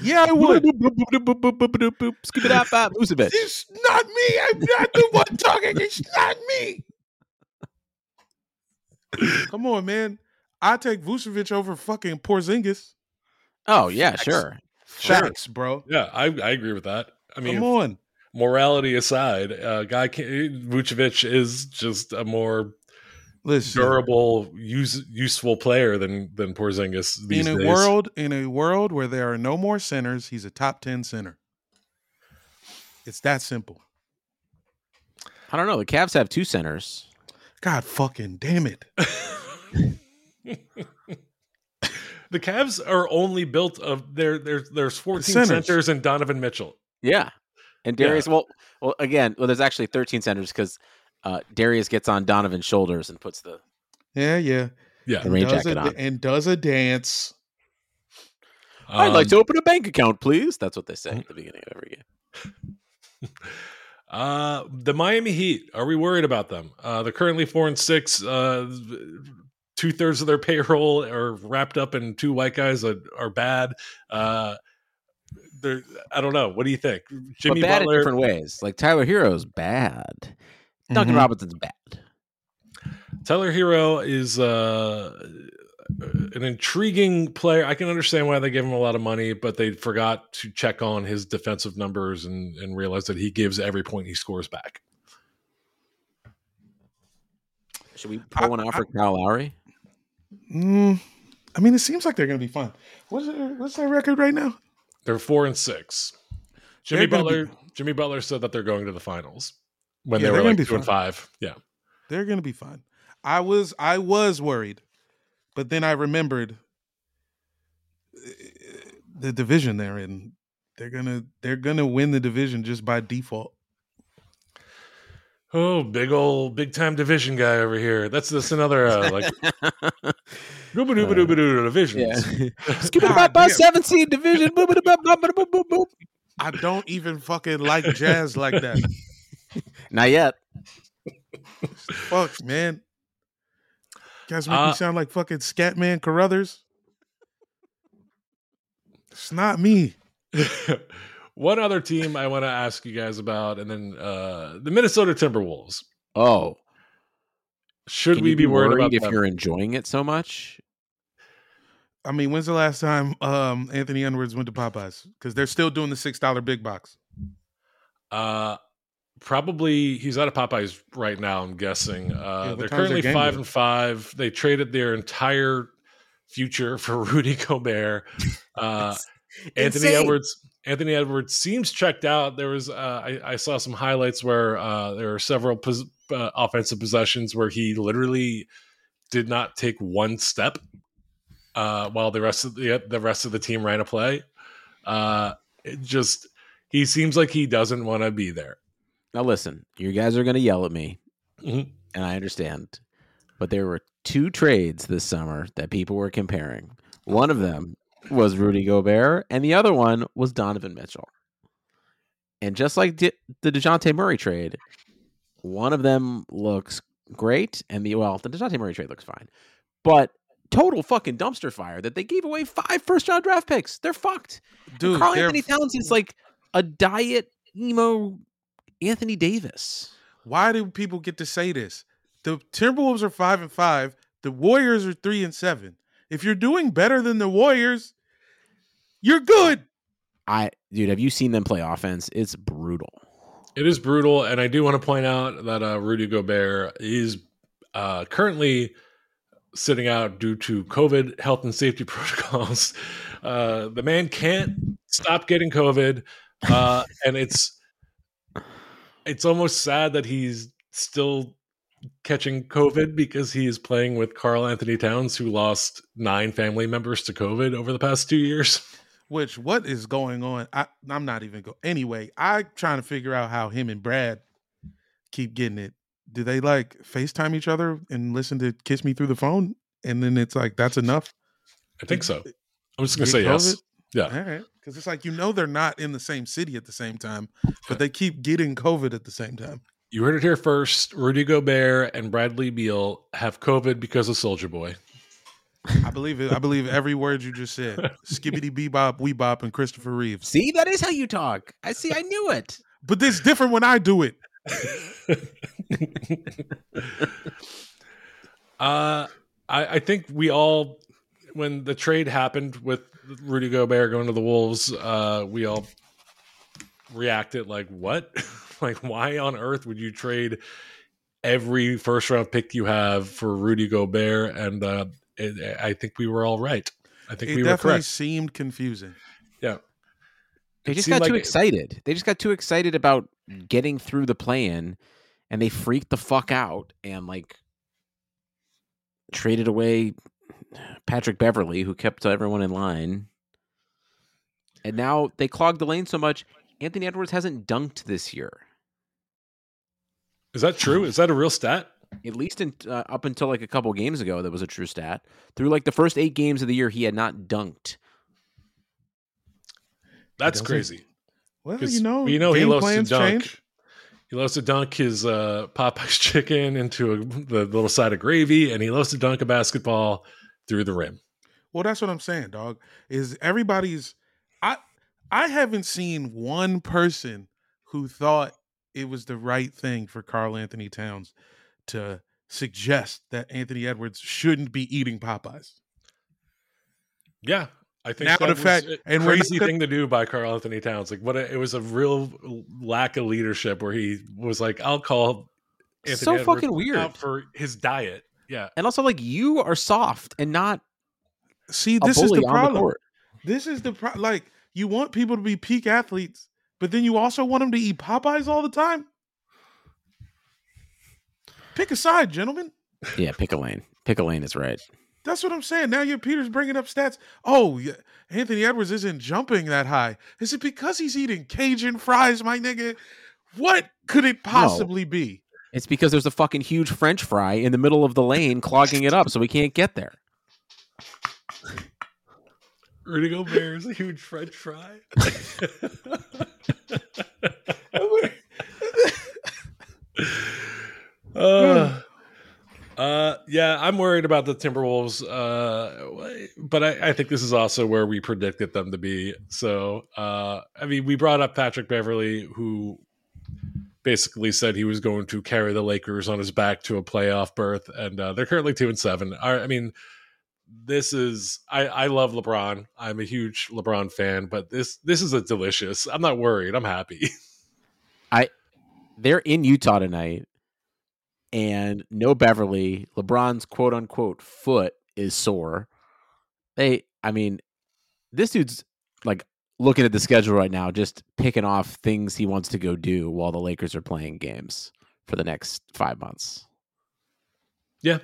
[SPEAKER 1] yeah, I would.
[SPEAKER 2] Scoop it up, uh, Vucevic.
[SPEAKER 1] It's not me. I'm not the one talking. It's not me. Come on, man. I take Vucevic over fucking Porzingis.
[SPEAKER 2] Oh yeah, sure.
[SPEAKER 1] Facts, bro.
[SPEAKER 3] yeah, I, I agree with that. I mean,
[SPEAKER 1] Come on.
[SPEAKER 3] morality aside, uh, guy can, Vucevic is just a more
[SPEAKER 1] Listen.
[SPEAKER 3] durable, use, useful player than than Porzingis these
[SPEAKER 1] in a
[SPEAKER 3] days.
[SPEAKER 1] world in a world where there are no more centers, he's a top ten center. It's that simple.
[SPEAKER 2] I don't know. The Cavs have two centers.
[SPEAKER 1] God fucking damn it.
[SPEAKER 3] the Cavs are only built of there. There's there's 14
[SPEAKER 1] Centers.
[SPEAKER 3] centers and Donovan Mitchell.
[SPEAKER 2] Yeah. And
[SPEAKER 3] Yeah.
[SPEAKER 2] Darius, well, well, again, well, there's actually 13 centers because uh, Darius gets on Donovan's shoulders and puts the,
[SPEAKER 1] Yeah, yeah.
[SPEAKER 3] Yeah,
[SPEAKER 2] the rain
[SPEAKER 1] does
[SPEAKER 2] jacket
[SPEAKER 1] a,
[SPEAKER 2] on.
[SPEAKER 1] And does a dance.
[SPEAKER 2] I'd like
[SPEAKER 3] Um, Mm-hmm.
[SPEAKER 2] to open a bank account, please. That's what they say at the beginning of every game.
[SPEAKER 3] Uh, the Miami Heat. Are we worried about them? Uh, they're currently four and six. Uh, two thirds of their payroll are wrapped up in two white guys that are bad. Uh, they're. I don't know. What do you think, Jimmy
[SPEAKER 2] but bad in
[SPEAKER 3] Butler?
[SPEAKER 2] different ways. Like Tyler Hero's bad.
[SPEAKER 3] Mm-hmm.
[SPEAKER 2] Duncan
[SPEAKER 1] Mhm.
[SPEAKER 2] Robinson's bad.
[SPEAKER 3] Tyler Hero is. Uh, an intriguing player. I can understand why they gave him a lot of money, but they forgot to check on his defensive numbers and, and realize that he gives every point he scores back.
[SPEAKER 2] Should we pull one out for Kyle Lowry?
[SPEAKER 1] Mm, I mean, it seems like they're going to be fun. What's their, what's their record right now?
[SPEAKER 3] They're four and six. Jimmy
[SPEAKER 1] They're gonna
[SPEAKER 3] Butler.
[SPEAKER 1] be-
[SPEAKER 3] Jimmy Butler said that they're going to the finals when
[SPEAKER 1] Yeah,
[SPEAKER 3] they
[SPEAKER 1] they're
[SPEAKER 3] were
[SPEAKER 1] gonna
[SPEAKER 3] like
[SPEAKER 1] be
[SPEAKER 3] two and
[SPEAKER 1] fine.
[SPEAKER 3] five. Yeah,
[SPEAKER 1] They're going to be fun. I was I was worried, but then I remembered uh, the division they're in. They're gonna they're gonna win the division just by default.
[SPEAKER 3] Oh, big old big time division guy over here. That's that's another uh, like Ruba dooba dooba doo divisions.
[SPEAKER 2] Skip it
[SPEAKER 1] God
[SPEAKER 2] about by
[SPEAKER 1] damn.
[SPEAKER 2] 17 division. Boop, boop, boop, boop, boop, boop, boop.
[SPEAKER 1] I don't even fucking like jazz like that.
[SPEAKER 2] Not yet.
[SPEAKER 1] Fuck, man. Guys make
[SPEAKER 3] Uh,
[SPEAKER 1] me sound like fucking Scatman Carruthers. It's not me.
[SPEAKER 3] One other team I want to ask you guys about, and then uh, the Minnesota Timberwolves.
[SPEAKER 2] Oh,
[SPEAKER 3] Should
[SPEAKER 2] can
[SPEAKER 3] we
[SPEAKER 2] you
[SPEAKER 3] be worried, about
[SPEAKER 2] if
[SPEAKER 3] them?
[SPEAKER 2] you're enjoying it so much?
[SPEAKER 1] I mean, when's the last time um, Anthony Edwards went to Popeyes? Because they're still doing the six dollar big box.
[SPEAKER 3] Uh, probably he's out of Popeyes right now. I'm guessing. Uh,
[SPEAKER 1] Yeah, what
[SPEAKER 3] they're
[SPEAKER 1] time's their
[SPEAKER 3] currently
[SPEAKER 1] game
[SPEAKER 3] five
[SPEAKER 1] today?
[SPEAKER 3] and five. They traded their entire future for Rudy Gobert. Uh, Anthony
[SPEAKER 2] insane.
[SPEAKER 3] Edwards. Anthony Edwards seems checked out. There was uh, I, I saw some highlights where uh, there are several pos- uh, offensive possessions where he literally did not take one step uh, while the rest of the the rest of the team ran a play. Uh, it just he seems like he doesn't want to be there.
[SPEAKER 2] Now, listen, you guys are going to yell at me,
[SPEAKER 3] Mhm.
[SPEAKER 2] and I understand, but there were two trades this summer that people were comparing. One of them was Rudy Gobert, and the other one was Donovan Mitchell. And just like De- the DeJounte Murray trade, one of them looks great, and the well, the DeJounte Murray trade looks fine, but total fucking dumpster fire that they gave away five first round draft picks. They're fucked.
[SPEAKER 1] Dude,
[SPEAKER 2] Carl
[SPEAKER 1] they're-
[SPEAKER 2] Anthony Towns is like a diet emo Anthony Davis.
[SPEAKER 1] why do people get to say this? The Timberwolves are five and five. The Warriors are three and seven. If you're doing better than the Warriors, you're good.
[SPEAKER 2] I dude, have you seen them play offense? It's brutal.
[SPEAKER 3] It is brutal, and I do want to point out that uh, Rudy Gobert is uh, currently sitting out due to COVID health and safety protocols. Uh, the man can't stop getting COVID, uh, and it's it's almost sad that he's still catching COVID because he is playing with Carl Anthony Towns, who lost nine family members to COVID over the past two years.
[SPEAKER 1] Which what is going on? I, I'm not even going. Anyway, I'm trying to figure out how him and Brad keep getting it. Do they like FaceTime each other and listen to "Kiss Me Through the Phone"? And then it's like that's enough.
[SPEAKER 3] I think so. I'm just gonna
[SPEAKER 1] Get
[SPEAKER 3] say yes.
[SPEAKER 1] COVID?
[SPEAKER 3] Yeah.
[SPEAKER 1] All right, because it's like you know they're not in the same city at the same time, but they keep getting COVID at the same time.
[SPEAKER 3] You heard it here first. Rudy Gobert and Bradley Beal have COVID because of Soldier Boy.
[SPEAKER 1] I believe it. I believe every word you just said. Skibbity bebop, weebop, and Christopher Reeves.
[SPEAKER 2] See, that is how you talk. I see, I knew it.
[SPEAKER 1] But it's different when I do it.
[SPEAKER 3] uh, I, I think we all, when the trade happened with Rudy Gobert going to the Wolves, uh, we all reacted like, "What? like, why on earth would you trade every first round pick you have for Rudy Gobert?" And uh, it, I think we were all right. I think
[SPEAKER 1] It
[SPEAKER 3] we were
[SPEAKER 1] definitely
[SPEAKER 3] correct.
[SPEAKER 1] seemed confusing.
[SPEAKER 3] Yeah.
[SPEAKER 2] They
[SPEAKER 3] It
[SPEAKER 2] just
[SPEAKER 3] seemed
[SPEAKER 2] got too
[SPEAKER 3] like-
[SPEAKER 2] excited. They just got too excited about getting through the play in and they freaked the fuck out and like traded away Patrick Beverly, who kept everyone in line. And now they clogged the lane so much, Anthony Edwards hasn't dunked this year.
[SPEAKER 3] Is that true? Is that a real stat?
[SPEAKER 2] At least in, uh, up until like a couple games ago, that was a true stat. Through like the first eight games of the year, he had not dunked.
[SPEAKER 3] That's
[SPEAKER 1] doesn't-
[SPEAKER 3] crazy.
[SPEAKER 1] Well,
[SPEAKER 3] Because
[SPEAKER 1] you know,
[SPEAKER 3] we know he
[SPEAKER 1] game
[SPEAKER 3] loves to
[SPEAKER 1] plans
[SPEAKER 3] dunk.
[SPEAKER 1] change.
[SPEAKER 3] He loves to dunk his uh, Popeye's chicken into a, the little side of gravy, and he loves to dunk a basketball through the rim.
[SPEAKER 1] Well, that's what I'm saying, dog. Is everybody's? I I haven't seen one person who thought it was the right thing for Carl Anthony Towns to suggest that Anthony Edwards shouldn't be eating Popeyes.
[SPEAKER 3] Yeah, I think
[SPEAKER 1] Now,
[SPEAKER 3] that
[SPEAKER 1] in
[SPEAKER 3] was
[SPEAKER 1] fact-
[SPEAKER 3] a
[SPEAKER 1] and we're
[SPEAKER 3] crazy
[SPEAKER 1] not gonna-
[SPEAKER 3] thing to do by Carl Anthony Towns. Like what a, it was a real lack of leadership where he was like, "I'll call." Anthony
[SPEAKER 2] So
[SPEAKER 3] Edwards
[SPEAKER 2] fucking weird.
[SPEAKER 3] out for his diet. Yeah,
[SPEAKER 2] And also, like you are soft and not
[SPEAKER 1] See,
[SPEAKER 2] a
[SPEAKER 1] this
[SPEAKER 2] bully
[SPEAKER 1] is the
[SPEAKER 2] on the
[SPEAKER 1] problem.
[SPEAKER 2] court.
[SPEAKER 1] This is the pro- like you want people to be peak athletes, but then you also want them to eat Popeyes all the time. Pick a side, gentlemen.
[SPEAKER 2] Yeah, pick a lane. Pick a lane is right.
[SPEAKER 1] That's what I'm saying. Now your Peter's bringing up stats. Oh, yeah, Anthony Edwards isn't jumping that high. Is it because he's eating Cajun fries, my nigga? What could it possibly be?
[SPEAKER 2] It's because there's a fucking huge French fry in the middle of the lane clogging it up, so we can't get there.
[SPEAKER 3] Rudy Gobert is a huge French fry. uh, uh, yeah, I'm worried about the Timberwolves, uh, but I, I think this is also where we predicted them to be. So, uh, I mean, we brought up Patrick Beverly, who basically said he was going to carry the Lakers on his back to a playoff berth, and uh, they're currently two and seven. I, I mean, this is I, I love LeBron. I'm a huge LeBron fan, but this this is a delicious. I'm not worried. I'm happy.
[SPEAKER 2] They're in Utah tonight, and no Beverly. LeBron's quote unquote foot is sore. They, I mean, this dude's like looking at the schedule right now, just picking off things he wants to go do while the Lakers are playing games for the next five months.
[SPEAKER 3] Yeah.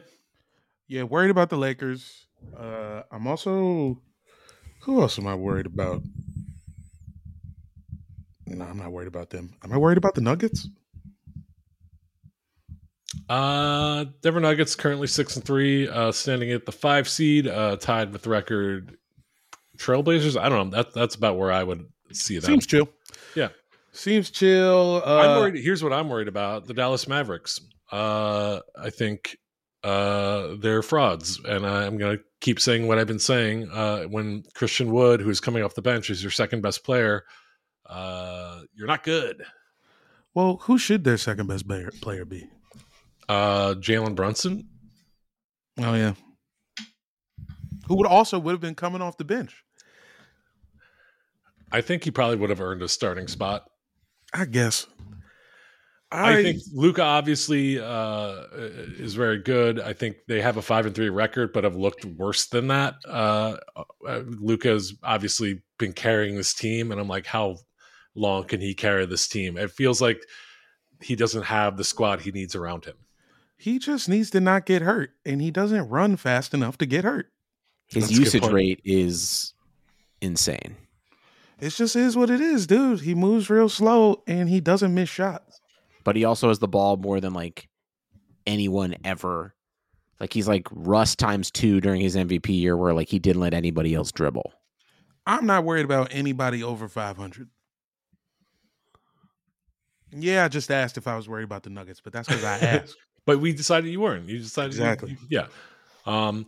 [SPEAKER 1] Yeah, worried about the Lakers. Uh, I'm also. Who else am I worried about? No, I'm not worried about them. Am I worried about the Nuggets?
[SPEAKER 3] Uh Denver Nuggets currently six and three, uh standing at the five seed, uh tied with record Trailblazers. I don't know. That that's about where I would see them.
[SPEAKER 1] Seems chill.
[SPEAKER 3] Yeah.
[SPEAKER 1] Seems chill. Uh,
[SPEAKER 3] I'm worried. Here's what I'm worried about: the Dallas Mavericks. Uh, I think uh, they're frauds, and I'm going to keep saying what I've been saying. Uh, when Christian Wood, who's coming off the bench, is your second best player, uh, you're not good.
[SPEAKER 1] Well, who should their second best player, player be?
[SPEAKER 3] Uh, Jalen Brunson.
[SPEAKER 1] Oh yeah. Who would also would have been coming off the bench?
[SPEAKER 3] I think he probably would have earned a starting spot.
[SPEAKER 1] I guess.
[SPEAKER 3] I, think Luca obviously uh, is very good. I think they have a five and three record, but have looked worse than that. Uh, Luca's obviously been carrying this team, and I'm like, how long can he carry this team? It feels like he doesn't have the squad he needs around him.
[SPEAKER 1] he just needs to not get hurt, and he doesn't run fast enough to get hurt.
[SPEAKER 2] His
[SPEAKER 3] That's a good
[SPEAKER 2] usage
[SPEAKER 3] point.
[SPEAKER 2] rate is insane.
[SPEAKER 1] It just is what it is, dude. He moves real slow, and he doesn't miss shots.
[SPEAKER 2] but he also has the ball more than like anyone ever. Like he's like Russ times two during his MVP year, where like he didn't let anybody else dribble.
[SPEAKER 1] I'm not worried about anybody over 500. Yeah, I just asked if I was worried about the Nuggets, but that's because I asked.
[SPEAKER 3] But we decided you weren't. You decided you-
[SPEAKER 1] Exactly.
[SPEAKER 3] you- yeah. Um,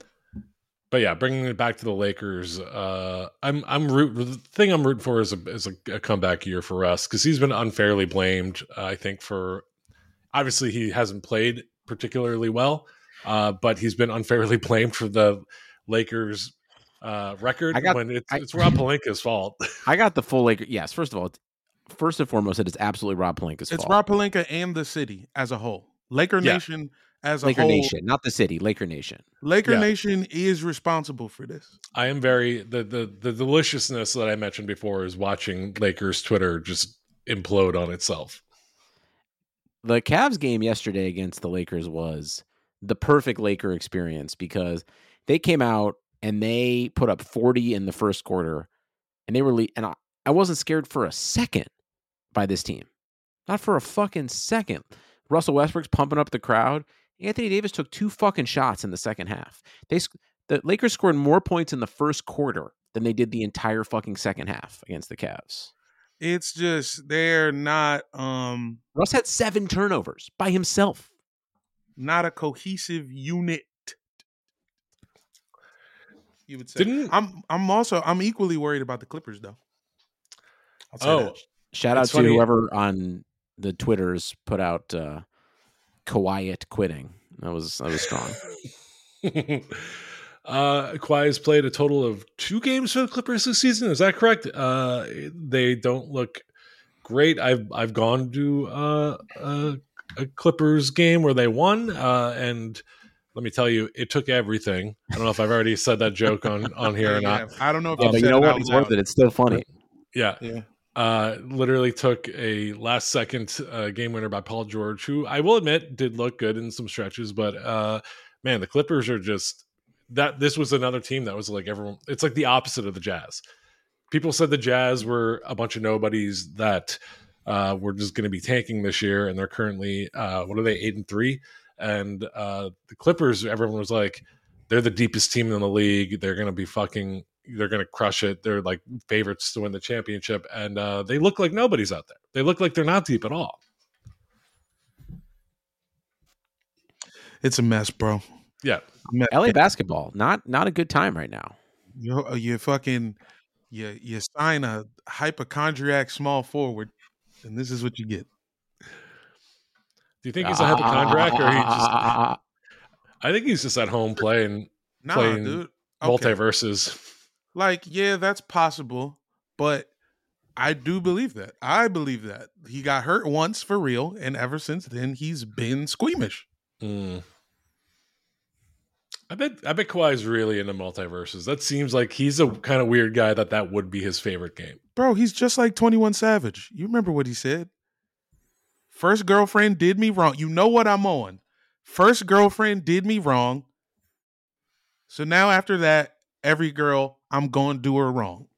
[SPEAKER 3] but yeah, bringing it back to the Lakers, uh, I'm I'm root the thing I'm rooting for is a is a, a comeback year for Russ because he's been unfairly blamed. Uh, I think for obviously he hasn't played particularly well, uh, but he's been unfairly blamed for the Lakers uh, record
[SPEAKER 2] I got-
[SPEAKER 3] when it's
[SPEAKER 2] I-
[SPEAKER 3] it's Rob Palenka's fault.
[SPEAKER 2] I got the full Laker. Yes, first of all, it's- first and foremost, it is absolutely Rob Palinka's
[SPEAKER 1] it's
[SPEAKER 2] fault.
[SPEAKER 1] Rob Palenka and the city as a whole. Laker
[SPEAKER 3] Yeah.
[SPEAKER 1] Nation as a
[SPEAKER 2] Laker
[SPEAKER 1] whole.
[SPEAKER 2] Nation, not the city. Laker Nation.
[SPEAKER 1] Laker
[SPEAKER 3] Yeah.
[SPEAKER 1] Nation is responsible for this.
[SPEAKER 3] I am very the the the deliciousness that I mentioned before is watching Lakers Twitter just implode on itself.
[SPEAKER 2] the Cavs game yesterday against the Lakers was the perfect Laker experience because they came out and they put up 40 in the first quarter and they were le- and I, I wasn't scared for a second by this team. Not for a fucking second. Russell Westbrook's pumping up the crowd. Anthony Davis took two fucking shots in the second half. They sc- the Lakers scored more points in the first quarter than they did the entire fucking second half against the Cavs.
[SPEAKER 1] It's just they're not um
[SPEAKER 2] Russ had 7 turnovers by himself.
[SPEAKER 1] not a cohesive unit. You would say.
[SPEAKER 3] Didn't-
[SPEAKER 1] I'm I'm also I'm equally worried about the Clippers though. I'll say
[SPEAKER 3] Oh,
[SPEAKER 1] that.
[SPEAKER 2] Shout out
[SPEAKER 3] It's
[SPEAKER 2] to
[SPEAKER 3] funny-
[SPEAKER 2] whoever on the Twitters put out uh, "Kawhi quitting." That was that was strong.
[SPEAKER 3] uh, Uh, Kawhi has played a total of two games for the Clippers this season. Is that correct? Uh, they don't look great. I've I've gone to uh, a, a Clippers game where they won, uh, and let me tell you, it took everything. I don't know if I've already said that joke on on here or not.
[SPEAKER 1] I don't know if
[SPEAKER 5] Yeah,
[SPEAKER 1] you
[SPEAKER 5] but
[SPEAKER 1] said
[SPEAKER 5] you know
[SPEAKER 1] it
[SPEAKER 5] what?
[SPEAKER 1] out
[SPEAKER 5] It's
[SPEAKER 1] loud.
[SPEAKER 5] worth it. It's still funny.
[SPEAKER 3] Yeah,
[SPEAKER 1] Yeah.
[SPEAKER 3] uh, literally took a last second uh, game winner by Paul George, who I will admit did look good in some stretches, but uh, man, the Clippers are just that. This was another team that was like everyone. It's like the opposite of the Jazz. People said the Jazz were a bunch of nobodies that uh, were just going to be tanking this year, and they're currently uh, what are they eight and three? And uh, the Clippers, everyone was like, they're the deepest team in the league. They're going to be fucking. They're going to crush it. They're like favorites to win the championship, and uh, they look like nobody's out there. They look like they're not deep at all.
[SPEAKER 1] It's a mess, bro.
[SPEAKER 3] Yeah,
[SPEAKER 1] Mess.
[SPEAKER 2] LA basketball, not not a good time right now.
[SPEAKER 1] You you fucking you you sign a hypochondriac small forward, and this is what you get.
[SPEAKER 3] do you think he's a hypochondriac or he just? I think he's just at home playing
[SPEAKER 1] Nah,
[SPEAKER 3] Playing
[SPEAKER 1] dude. Okay.
[SPEAKER 3] multiverses.
[SPEAKER 1] Like, yeah, that's possible, but I do believe that. I believe that he got hurt once for real, and ever since then he's been squeamish.
[SPEAKER 3] Mm. I bet I bet Kawhi's really into multiverses. That seems like he's a kind of weird guy that that would be his favorite game.
[SPEAKER 1] Bro, he's just like 21 Savage. You remember what he said? First girlfriend did me wrong. You know what I'm on. First girlfriend did me wrong. So now after that, every girl, I'm going to do her wrong.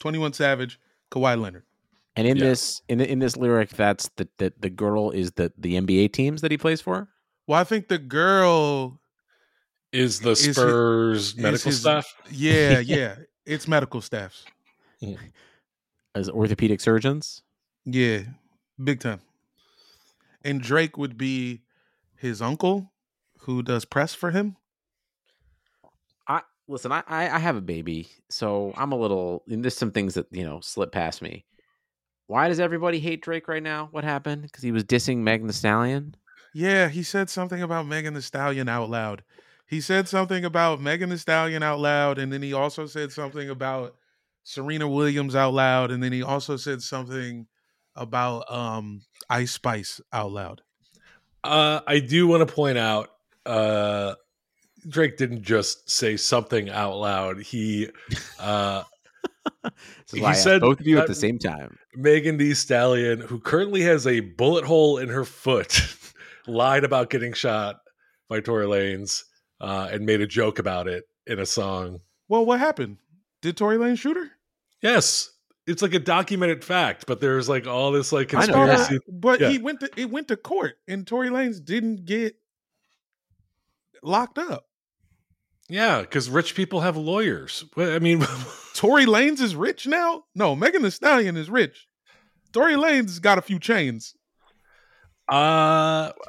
[SPEAKER 1] 21 Savage, Kawhi Leonard.
[SPEAKER 2] And in
[SPEAKER 3] Yeah.
[SPEAKER 2] this in in this lyric, that's the, the the girl is the the NBA teams that he plays for.
[SPEAKER 1] Well, I think the girl
[SPEAKER 3] Is the
[SPEAKER 1] Is his-
[SPEAKER 3] Spurs medical
[SPEAKER 1] his-
[SPEAKER 3] staff?
[SPEAKER 1] Yeah, yeah. It's medical staffs.
[SPEAKER 2] as orthopedic surgeons.
[SPEAKER 1] Yeah, big time. And Drake would be his uncle who does press for him.
[SPEAKER 2] I listen. I I, I have a baby, so I'm a little. And there's some things that you know slip past me. Why does everybody hate Drake right now? What happened? Because he was dissing Megan the Stallion.
[SPEAKER 1] Yeah, he said something about Megan the Stallion out loud. He said something about Megan the Stallion out loud, and then he also said something about Serena Williams out loud, and then he also said something about um Ice Spice out loud.
[SPEAKER 3] Uh, I do want to point out uh, Drake didn't just say something out loud. He uh,
[SPEAKER 2] This is
[SPEAKER 3] He
[SPEAKER 2] why I asked
[SPEAKER 3] said
[SPEAKER 2] both of you at
[SPEAKER 3] that-
[SPEAKER 2] the same time.
[SPEAKER 3] Megan D. Stallion, who currently has a bullet hole in her foot, lied about getting shot by Tory Lanez uh, and made a joke about it in a song.
[SPEAKER 1] Well, what happened? Did Tory Lane shoot her?
[SPEAKER 3] Yes, it's like a documented fact, but there's like all this like
[SPEAKER 2] I know
[SPEAKER 3] conspiracy.
[SPEAKER 1] But
[SPEAKER 3] Yeah.
[SPEAKER 1] he went to it went to court, and Tory Lanez didn't get locked up.
[SPEAKER 3] Yeah, because rich people have lawyers. Well, I mean, uh,
[SPEAKER 1] Tory Lanez is rich now? No, Megan Thee Stallion is rich. Tory Lanez got a few chains.
[SPEAKER 3] uh,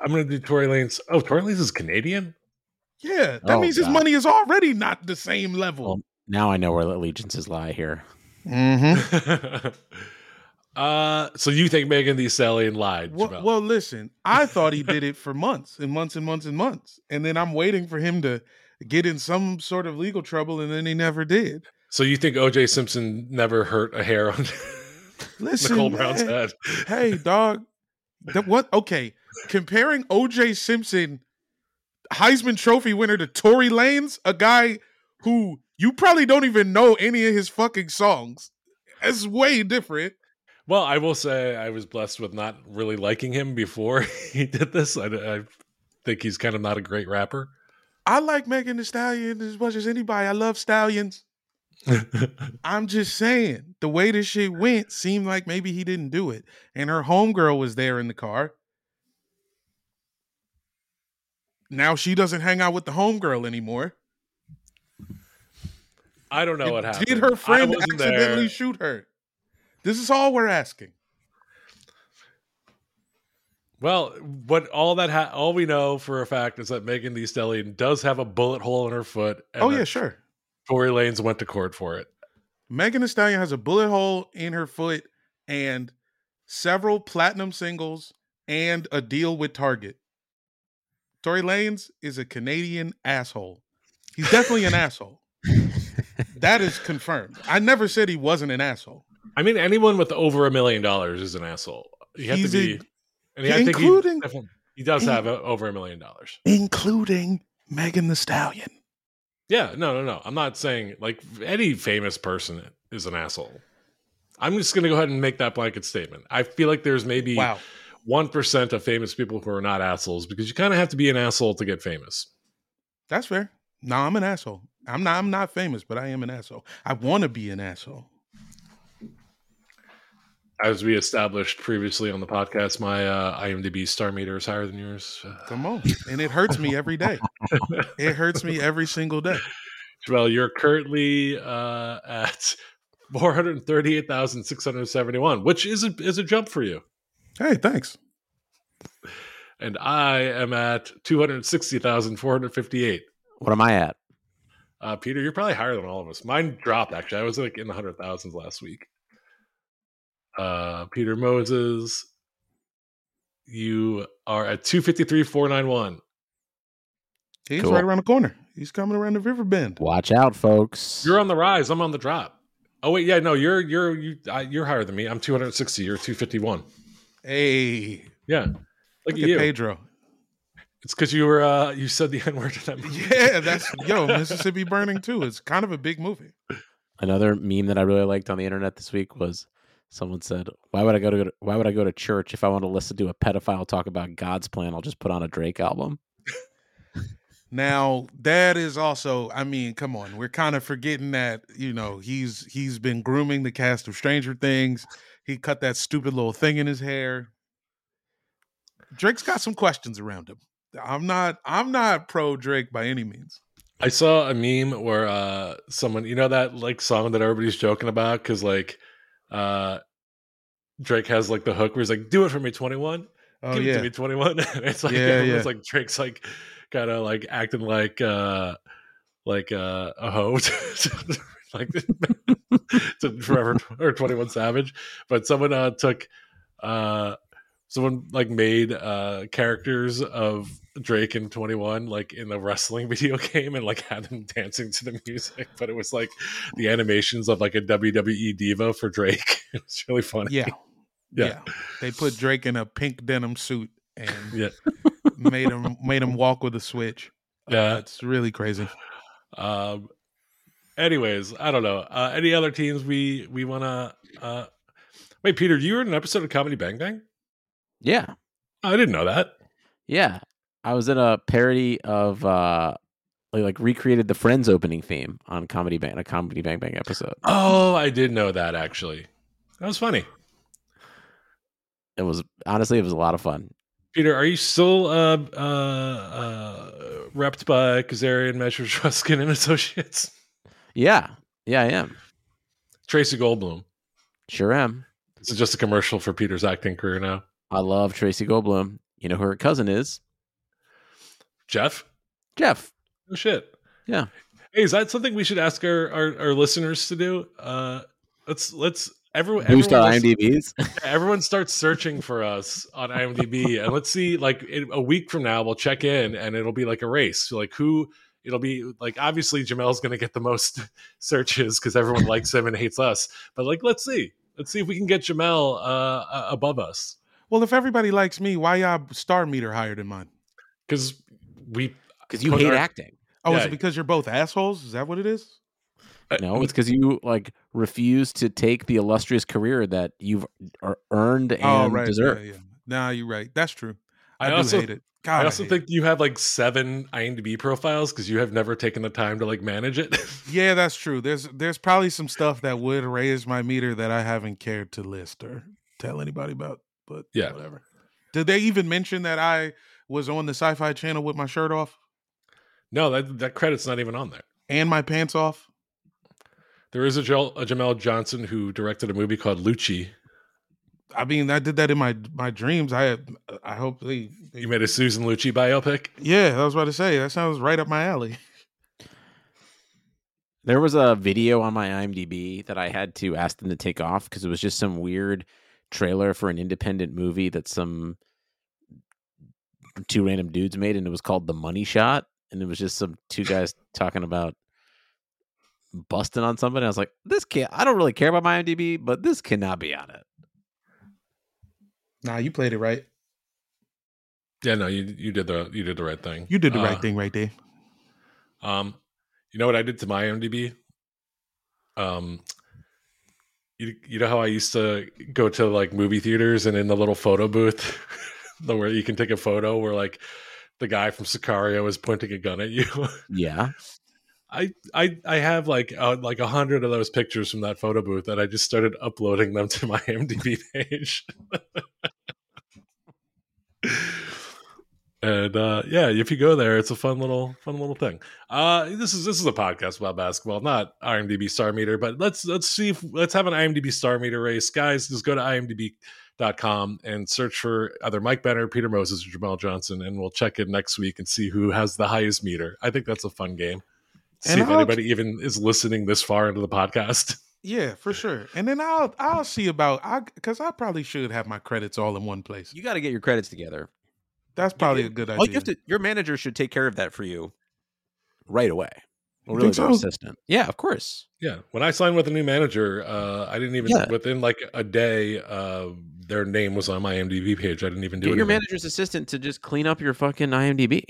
[SPEAKER 3] I'm gonna do Tory Lanez. Oh, Tory Lanez is Canadian.
[SPEAKER 1] Yeah, that
[SPEAKER 2] Oh,
[SPEAKER 1] means his
[SPEAKER 2] God.
[SPEAKER 1] money is already not the same level.
[SPEAKER 2] Now I know where allegiances lie here.
[SPEAKER 1] Mm-hmm.
[SPEAKER 3] uh, so you think Megan Thee Stallion lied?
[SPEAKER 1] Well,
[SPEAKER 3] Jamel.
[SPEAKER 1] well, listen, I thought he did it for months and months and months and months. And then I'm waiting for him to get in some sort of legal trouble, and then he never did.
[SPEAKER 3] so you think OJ Simpson never hurt a hair on
[SPEAKER 1] Listen, eh,
[SPEAKER 3] Nicole Brown's
[SPEAKER 1] man.
[SPEAKER 3] head?
[SPEAKER 1] hey dog the what okay comparing oj simpson heisman trophy winner to tory lanes a guy who you probably don't even know any of his fucking songs that's way different
[SPEAKER 3] Well, I will say I was blessed with not really liking him before he did this. I, I think he's kind of not a great rapper.
[SPEAKER 1] i like megan the stallion as much as anybody i love stallions i'm just saying the way this shit went seemed like maybe he didn't do it and her homegirl was there in the car now she doesn't hang out with the homegirl anymore
[SPEAKER 3] I don't know what happened.
[SPEAKER 1] Did her
[SPEAKER 3] I
[SPEAKER 1] friend
[SPEAKER 3] wasn't there.
[SPEAKER 1] accidentally shoot her? This is all we're asking.
[SPEAKER 3] Well, what all that ha- all we know for a fact is that Megan Thee Stallion does have a bullet hole in her foot. And
[SPEAKER 1] oh
[SPEAKER 3] that
[SPEAKER 1] yeah, sure.
[SPEAKER 3] Tory Lanez went to court for it.
[SPEAKER 1] Megan Thee Stallion has a bullet hole in her foot and several platinum singles and a deal with Target. Tory Lanes is a Canadian asshole. He's definitely an asshole. That is confirmed. I never said he wasn't an asshole.
[SPEAKER 3] I mean, anyone with over a million dollars is an asshole. You have
[SPEAKER 1] He's
[SPEAKER 3] to
[SPEAKER 1] a-
[SPEAKER 3] be, and I think
[SPEAKER 1] including-
[SPEAKER 3] he, definitely- he does have a, over a million dollars.
[SPEAKER 1] Including Megan the Stallion.
[SPEAKER 3] Yeah, no, no, no. I'm not saying like any famous person is an asshole. I'm just going to go ahead and make that blanket statement. I feel like there's maybe
[SPEAKER 1] Wow.
[SPEAKER 3] one percent of famous people who are not assholes because you kind of have to be an asshole to get famous.
[SPEAKER 1] That's fair. No, I'm an asshole. I'm not I'm not famous, but I am an asshole. I want to be an asshole.
[SPEAKER 3] As we established previously on the podcast, my uh, IMDb star meter is higher than yours. Uh,
[SPEAKER 1] Come on. And it hurts me every day. It hurts me every single day.
[SPEAKER 3] Jamel, you're currently uh, at four hundred thirty-eight thousand six hundred seventy-one, which is a is a jump for you.
[SPEAKER 1] Hey, thanks.
[SPEAKER 3] And I am at two hundred sixty thousand four hundred fifty-eight.
[SPEAKER 2] What am I at?
[SPEAKER 3] Uh, Peter, you're probably higher than all of us. Mine dropped actually. I was like in the hundred thousands last week. Uh, Peter Moses, you are at two fifty three four nine one.
[SPEAKER 1] He's
[SPEAKER 2] Cool.
[SPEAKER 1] right around the corner. He's coming around the river bend.
[SPEAKER 2] Watch out, folks.
[SPEAKER 3] You're on the rise. I'm on the drop. Oh wait, yeah, no, you're you're you uh, you're higher than me. I'm two hundred sixty. You're two fifty one.
[SPEAKER 1] Hey,
[SPEAKER 3] Yeah, look,
[SPEAKER 1] look
[SPEAKER 3] at
[SPEAKER 1] at
[SPEAKER 3] you.
[SPEAKER 1] Pedro.
[SPEAKER 3] It's because you were uh, you said the n word.
[SPEAKER 1] Yeah, that's yo Mississippi Burning too. It's kind of a big movie.
[SPEAKER 2] Another meme that I really liked on the internet this week was someone said, "Why would I go to Why would I go to church if I want to listen to a pedophile talk about God's plan? I'll just put on a Drake album."
[SPEAKER 1] Now that is also, I mean, come on, we're kind of forgetting that you know he's he's been grooming the cast of Stranger Things. He cut that stupid little thing in his hair. Drake's got some questions around him. I'm not I'm not pro Drake by any means.
[SPEAKER 3] I saw a meme where uh someone you know that like song that everybody's joking about because like uh Drake has like the hook where he's like, "Do it for me, twenty one,
[SPEAKER 1] Oh
[SPEAKER 3] give it to
[SPEAKER 1] yeah,
[SPEAKER 3] me, twenty one." it's like
[SPEAKER 1] Yeah,
[SPEAKER 3] everyone's
[SPEAKER 1] yeah.
[SPEAKER 3] like Drake's like kind of like acting like uh like uh, a hoe, to- like to Forever or Twenty One Savage, but someone uh took uh someone like made uh characters of Drake and 21 like in the wrestling video game and like had them dancing to the music but it was like the animations of like a WWE diva for Drake it was really funny
[SPEAKER 1] yeah,
[SPEAKER 3] Yeah.
[SPEAKER 1] yeah. They put Drake in a pink denim suit and
[SPEAKER 3] Yeah.
[SPEAKER 1] made him made him walk with a switch.
[SPEAKER 3] yeah
[SPEAKER 1] It's really crazy.
[SPEAKER 3] um anyways I don't know uh any other teams we we want to uh wait Peter you were in an episode of Comedy Bang Bang Oh,
[SPEAKER 2] Yeah,
[SPEAKER 3] I didn't know that
[SPEAKER 2] yeah. I was in a parody of uh, they, like recreated the Friends opening theme on Comedy Bang, a Comedy Bang Bang episode.
[SPEAKER 3] oh I did know that actually that was funny
[SPEAKER 2] It was honestly, it was a lot of fun.
[SPEAKER 3] Peter, are you still uh, uh, uh, repped by Kazarian, Mesher, Truskin, and Associates?
[SPEAKER 2] Yeah, yeah, I am.
[SPEAKER 3] Tracy Goldblum.
[SPEAKER 2] Sure am.
[SPEAKER 3] This is just a commercial for Peter's acting career now.
[SPEAKER 2] I love Tracy Goldblum. You know who her cousin is?
[SPEAKER 3] Jeff?
[SPEAKER 2] Jeff.
[SPEAKER 3] Oh, shit.
[SPEAKER 2] Yeah.
[SPEAKER 3] Hey, is that something we should ask our, our, our listeners to do? Uh, let's, let's, everyone,
[SPEAKER 2] Boost our
[SPEAKER 3] everyone, listen-
[SPEAKER 2] IMDb's.
[SPEAKER 3] everyone starts searching for us on IMDb and let's see, like, in, a week from now, we'll check in and it'll be like a race. Like, who, it'll be like obviously Jamel's going to get the most searches because everyone likes him and hates us. But like, let's see, let's see if we can get Jamel uh, uh, above us
[SPEAKER 1] Well, if everybody likes me, why y'all star meter higher than mine?
[SPEAKER 3] because we.
[SPEAKER 2] Because you
[SPEAKER 3] Put
[SPEAKER 2] hate
[SPEAKER 3] our-
[SPEAKER 2] acting.
[SPEAKER 1] Oh, is
[SPEAKER 3] Yeah.
[SPEAKER 1] it because you're both assholes? Is that what it is? Uh,
[SPEAKER 2] No, it's because you like refuse to take the illustrious career that you've er- earned and
[SPEAKER 1] oh, right.
[SPEAKER 2] deserve.
[SPEAKER 1] Yeah, yeah. Nah, you're right. That's true. I,
[SPEAKER 3] I
[SPEAKER 1] do
[SPEAKER 3] also-
[SPEAKER 1] hate it. God,
[SPEAKER 3] I also
[SPEAKER 1] hate
[SPEAKER 3] think you have like seven IMDb profiles because you have never taken the time to like manage it.
[SPEAKER 1] it. Yeah, that's true. There's there's probably some stuff that would raise my meter that I haven't cared to list or tell anybody about. But
[SPEAKER 3] Yeah.
[SPEAKER 1] whatever. Did they even mention that I was on the Sci-Fi Channel with my shirt off
[SPEAKER 3] no, that that credit's not even on there.
[SPEAKER 1] and my pants off?
[SPEAKER 3] There is a, Jel, a Jamel Johnson who directed a movie called Lucci.
[SPEAKER 1] I mean, I did that in my my dreams. I I hope they. they
[SPEAKER 3] You made a Susan Lucci biopic.
[SPEAKER 1] yeah, I was about to say that sounds right up my alley.
[SPEAKER 2] There was a video on my IMDb that I had to ask them to take off because it was just some weird trailer for an independent movie that some two random dudes made, and it was called the Money Shot, and it was just some two guys talking about busting on somebody. I was like, this can't. I don't really care about my IMDb, but this cannot be on it.
[SPEAKER 1] Nah, you played it right.
[SPEAKER 3] Yeah, no, you you did the you did the right thing.
[SPEAKER 1] You did the right
[SPEAKER 3] Uh,
[SPEAKER 1] thing right there.
[SPEAKER 3] Um, you know what I did to my IMDb? Um, you, you know how I used to go to like movie theaters and in the little photo booth, the where you can take a photo where like the guy from Sicario is pointing a gun at you.
[SPEAKER 2] Yeah,
[SPEAKER 3] I I I have like uh, like a hundred of those pictures from that photo booth, and I just started uploading them to my IMDb page. and uh, yeah, if you go there, it's a fun little fun little thing. Uh, this is this is a podcast about basketball, not IMDb star meter. But let's let's see if let's have an IMDb star meter race, guys. Just go to imdb.com and search for either Mike Benner, Peter Moses, or Jamal Johnson, and we'll check it next week and see who has the highest meter. I think that's a fun game. See
[SPEAKER 1] And
[SPEAKER 3] if
[SPEAKER 1] I'll-
[SPEAKER 3] anybody even is listening this far into the podcast.
[SPEAKER 1] Yeah, for sure. And then I'll I'll see about I because I probably should have my credits all in one place.
[SPEAKER 2] you got to get your credits together.
[SPEAKER 1] That's probably a good idea.
[SPEAKER 2] All you have to, your manager should take care of that for you right away. Or
[SPEAKER 1] You
[SPEAKER 2] really,
[SPEAKER 1] think
[SPEAKER 2] their
[SPEAKER 1] so?
[SPEAKER 2] assistant. Yeah, of course.
[SPEAKER 3] Yeah, when I signed with a new manager, uh, I didn't even
[SPEAKER 2] Yeah.
[SPEAKER 3] within like a day, uh, their name was on my MDB page. I didn't even do
[SPEAKER 2] Get
[SPEAKER 3] it.
[SPEAKER 2] your manager's assistant to just clean up your fucking IMDb.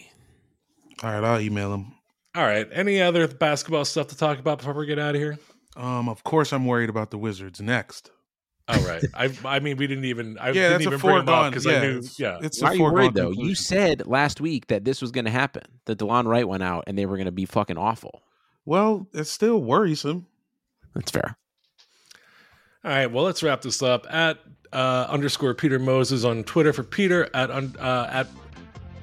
[SPEAKER 1] All right, I'll email him.
[SPEAKER 3] All right, any other basketball stuff to talk about before we get out of here?
[SPEAKER 1] Um, of course, I'm worried about the Wizards next.
[SPEAKER 3] All right, I I mean we didn't even I
[SPEAKER 1] yeah,
[SPEAKER 3] didn't
[SPEAKER 1] that's
[SPEAKER 3] even
[SPEAKER 1] a
[SPEAKER 3] bring them
[SPEAKER 1] foregone.
[SPEAKER 3] up because
[SPEAKER 1] yeah,
[SPEAKER 3] I knew
[SPEAKER 1] it's-
[SPEAKER 3] yeah
[SPEAKER 1] it's
[SPEAKER 2] Why
[SPEAKER 1] a
[SPEAKER 2] are you
[SPEAKER 1] foregone.
[SPEAKER 2] worried though? You
[SPEAKER 1] conclusion.
[SPEAKER 2] said last week that this was going to happen, that DeLon Wright went out and they were going to be fucking awful.
[SPEAKER 1] well, it's still worrisome.
[SPEAKER 2] That's fair.
[SPEAKER 3] All right, well, let's wrap this up at uh, underscore Peter Moses on Twitter for Peter at un, uh, at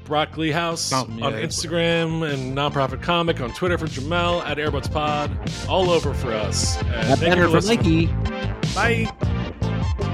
[SPEAKER 3] Broccoli House
[SPEAKER 1] Something,
[SPEAKER 3] on
[SPEAKER 1] yeah.
[SPEAKER 3] Instagram and nonprofit comic on Twitter for Jamel at Airbuds Pod, all over for us. And
[SPEAKER 2] That
[SPEAKER 3] thank you
[SPEAKER 2] banner
[SPEAKER 3] for
[SPEAKER 2] for
[SPEAKER 3] listening.
[SPEAKER 2] Mikey.
[SPEAKER 3] Bye.